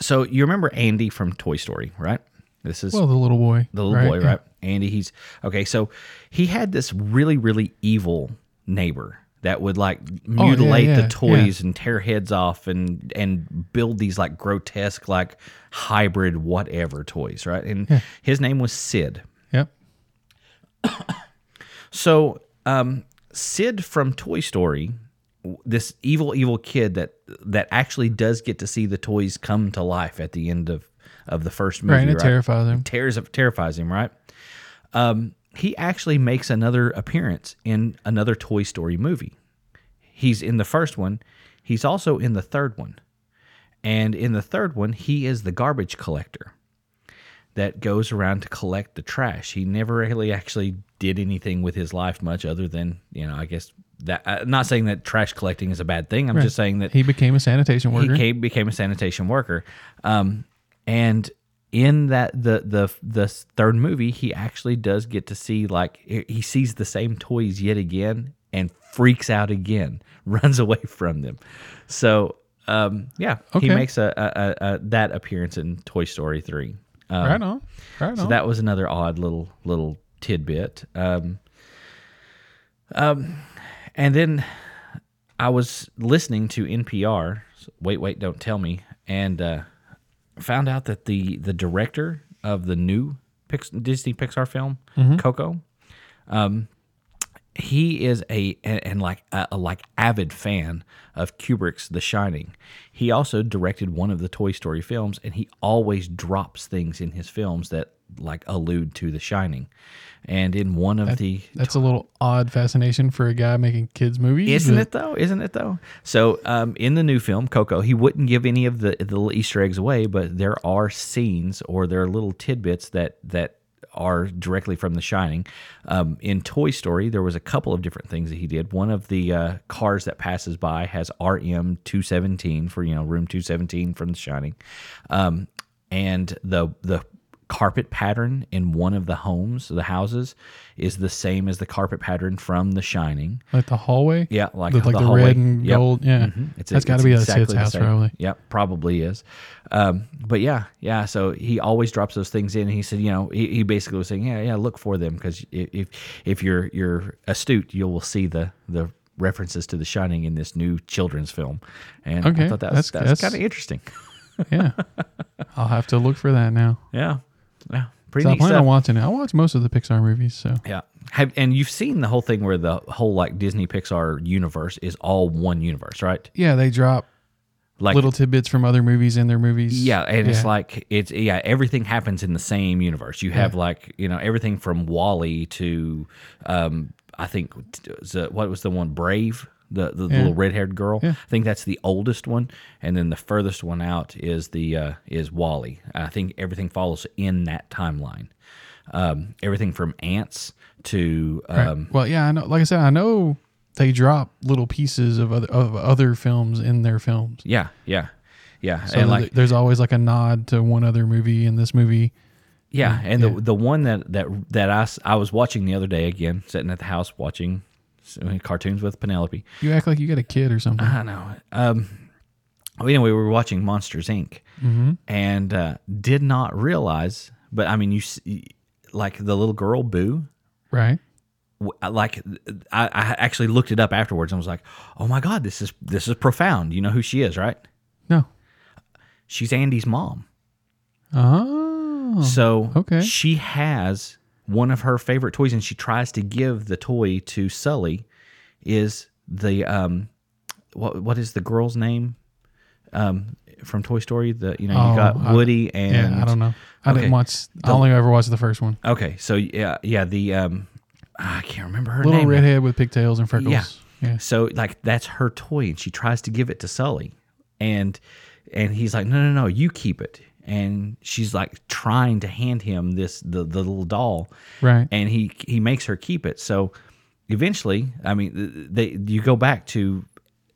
so you remember Andy from Toy Story, right? This is Well, the little boy. the little boy, right? Andy, he's okay. So he had this really, really evil neighbor that would like mutilate Oh, yeah, yeah, the toys and tear heads off and and build these like grotesque, like hybrid whatever toys, right? And his name was Sid. Yep. So, um, Sid from Toy Story, w- this evil, evil kid that that actually does get to see the toys come to life at the end of of the first movie, Right, and it right? terrifies him. Tears terrifies him, right? Um, he actually makes another appearance in another Toy Story movie. He's in the first one. He's also in the third one. And in the third one, he is the garbage collector that goes around to collect the trash. He never really actually did anything with his life much other than, you know, I guess that. I'm not saying that trash collecting is a bad thing. I'm just saying that He became a sanitation worker. he came, became a sanitation worker. Um, and in that the the the third movie, he actually does get to see like he he sees the same toys yet again and freaks out again, runs away from them. So um, yeah, Okay. he makes a, a, a, a that appearance in Toy Story three. Um, right on. Right on. so that was another odd little little tidbit. Um, um, and then I was listening to NPR. Wait, wait, don't tell me. And uh, found out that the the director of the new Pix- Disney Pixar film Coco, um, he is a and, and like a, a like avid fan of Kubrick's The Shining. He also directed one of the Toy Story films, and he always drops things in his films that like allude to The Shining. And in one of the That's a little odd fascination for a guy making kids movies. isn't but it though? Isn't it though? So, um, in the new film Coco, he wouldn't give any of the the little Easter eggs away, but there are scenes or there are little tidbits that that are directly from The Shining. Um, in Toy Story, there was a couple of different things that he did. One of the uh, cars that passes by has RM two seventeen for you know room two seventeen from The Shining, um, and the the carpet pattern in one of the homes, the houses, is the same as the carpet pattern from The Shining. Like the hallway? Yeah, like With like the the, hallway. red and Yep. Mm-hmm. gold. Yeah. It's, That's got to be a Sid's house, probably. Yeah, probably is. Um, but yeah, yeah. So he always drops those things in. And he said, you know, he, he basically was saying, yeah, yeah, look for them because if if you're you're astute, you will see the the references to The Shining in this new children's film. And I Okay, thought that that's- was, that that's- was kind of interesting. Yeah. I'll have to look for that now. Yeah, yeah. 'Cause Pretty I neat plan stuff. on watching it. I watch most of the Pixar movies, so Yeah. Have, and you've seen the whole thing where the whole like Disney Pixar universe is all one universe, right? yeah, they drop Like little tidbits from other movies in their movies. Yeah, and it's Yeah. like it's yeah, everything happens in the same universe. You have like you know everything from Wally to um, I think t- was the- what was the one Brave, the the, little red haired girl. I think that's the oldest one, and then the furthest one out is the uh, is Wally. I think everything follows in that timeline. Um, everything from ants to Right. um, well, yeah, I know. Like I said, I know they drop little pieces of other of other films in their films. yeah, yeah, yeah, So and like th- there's always like a nod to one other movie in this movie. Mm, Yeah, and the the one that that that I, s- I was watching the other day again, sitting at the house watching s- uh, cartoons with Penelope. You act like you got a kid or something. I know. Um, well, anyway, we were watching Monsters Inc. and uh, did not realize, but I mean, you s- y- like the little girl Boo. right. w- uh, Like I, I actually looked it up afterwards and was like, "Oh my god, this is this is profound." You know who she is, right? No. She's Andy's mom. Oh. So okay. she has one of her favorite toys, and she tries to give the toy to Sully. Is the um, what what is the girl's name? Um, from Toy Story, the you know you Oh, got I- Woody and Yeah, I don't know. I okay. didn't watch. I only ever watched the first one. okay, so yeah, yeah, the um, I can't remember her Little name. redhead with pigtails and freckles. Yeah. So like that's her toy, and she tries to give it to Sully, and and he's like, no, no, no, you keep it. And she's like trying to hand him this the, the little doll, Right. and he he makes her keep it. So eventually, I mean, they you go back to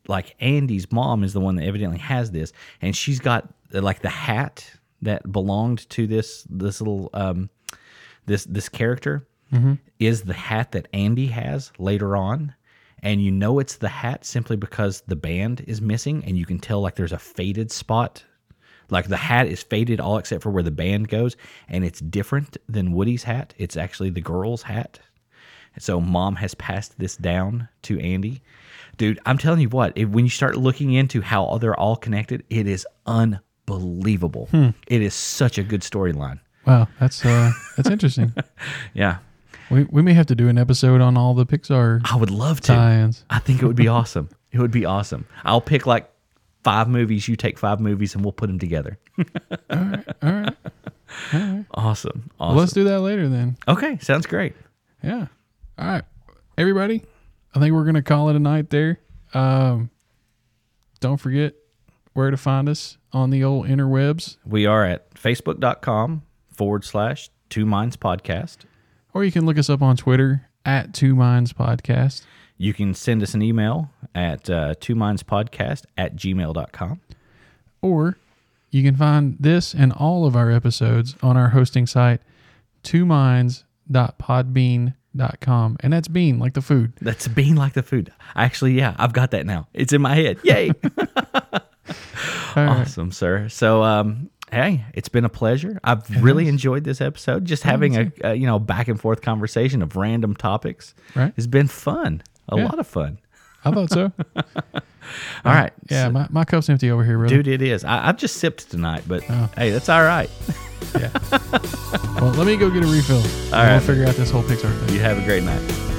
like Andy's mom is the one that evidently has this, and she's got uh, like the hat that belonged to this this little um this this character is the hat that Andy has later on. And you know it's the hat simply because the band is missing, and you can tell like there's a faded spot. Like the hat is faded all except for where the band goes, and it's different than Woody's hat. It's actually the girl's hat. So mom has passed this down to Andy. Dude, I'm telling you what, if, when you start looking into how they're all connected, it is unbelievable. Hmm. It is such a good storyline. Wow. That's uh. that's interesting. Yeah. We we may have to do an episode on all the Pixar I would love to. tie-ins. I think it would be awesome. It would be awesome. I'll pick like five movies. You take five movies, and we'll put them together. All right. Awesome. Well, Awesome. let's do that later then. Okay, sounds great. Yeah. All right, everybody. I think we're gonna call it a night there. Um, don't forget where to find us on the old interwebs, We are at facebook.com forward slash Two Minds Podcast. or you can look us up on Twitter at Two Minds Podcast. You can send us an email at uh, Two Minds Podcast at gmail.com. Or you can find this and all of our episodes on our hosting site, twominds.podbean.com. And that's bean, like the food. That's being like the food. Actually, yeah, I've got that now. It's in my head. Yay. All right. Awesome, sir. So, um, hey, it's been a pleasure. I've really enjoyed this episode. Just having a, a you know back and forth conversation of random topics. Right. It's been fun. A Yeah. lot of fun. I thought so. All right. Yeah, my, my cup's empty over here, brother. Dude, it is. I, I've just sipped tonight, but hey, that's all right. Yeah. well, let me go get a refill. All right. We'll figure out this whole Pixar thing. You have a great night.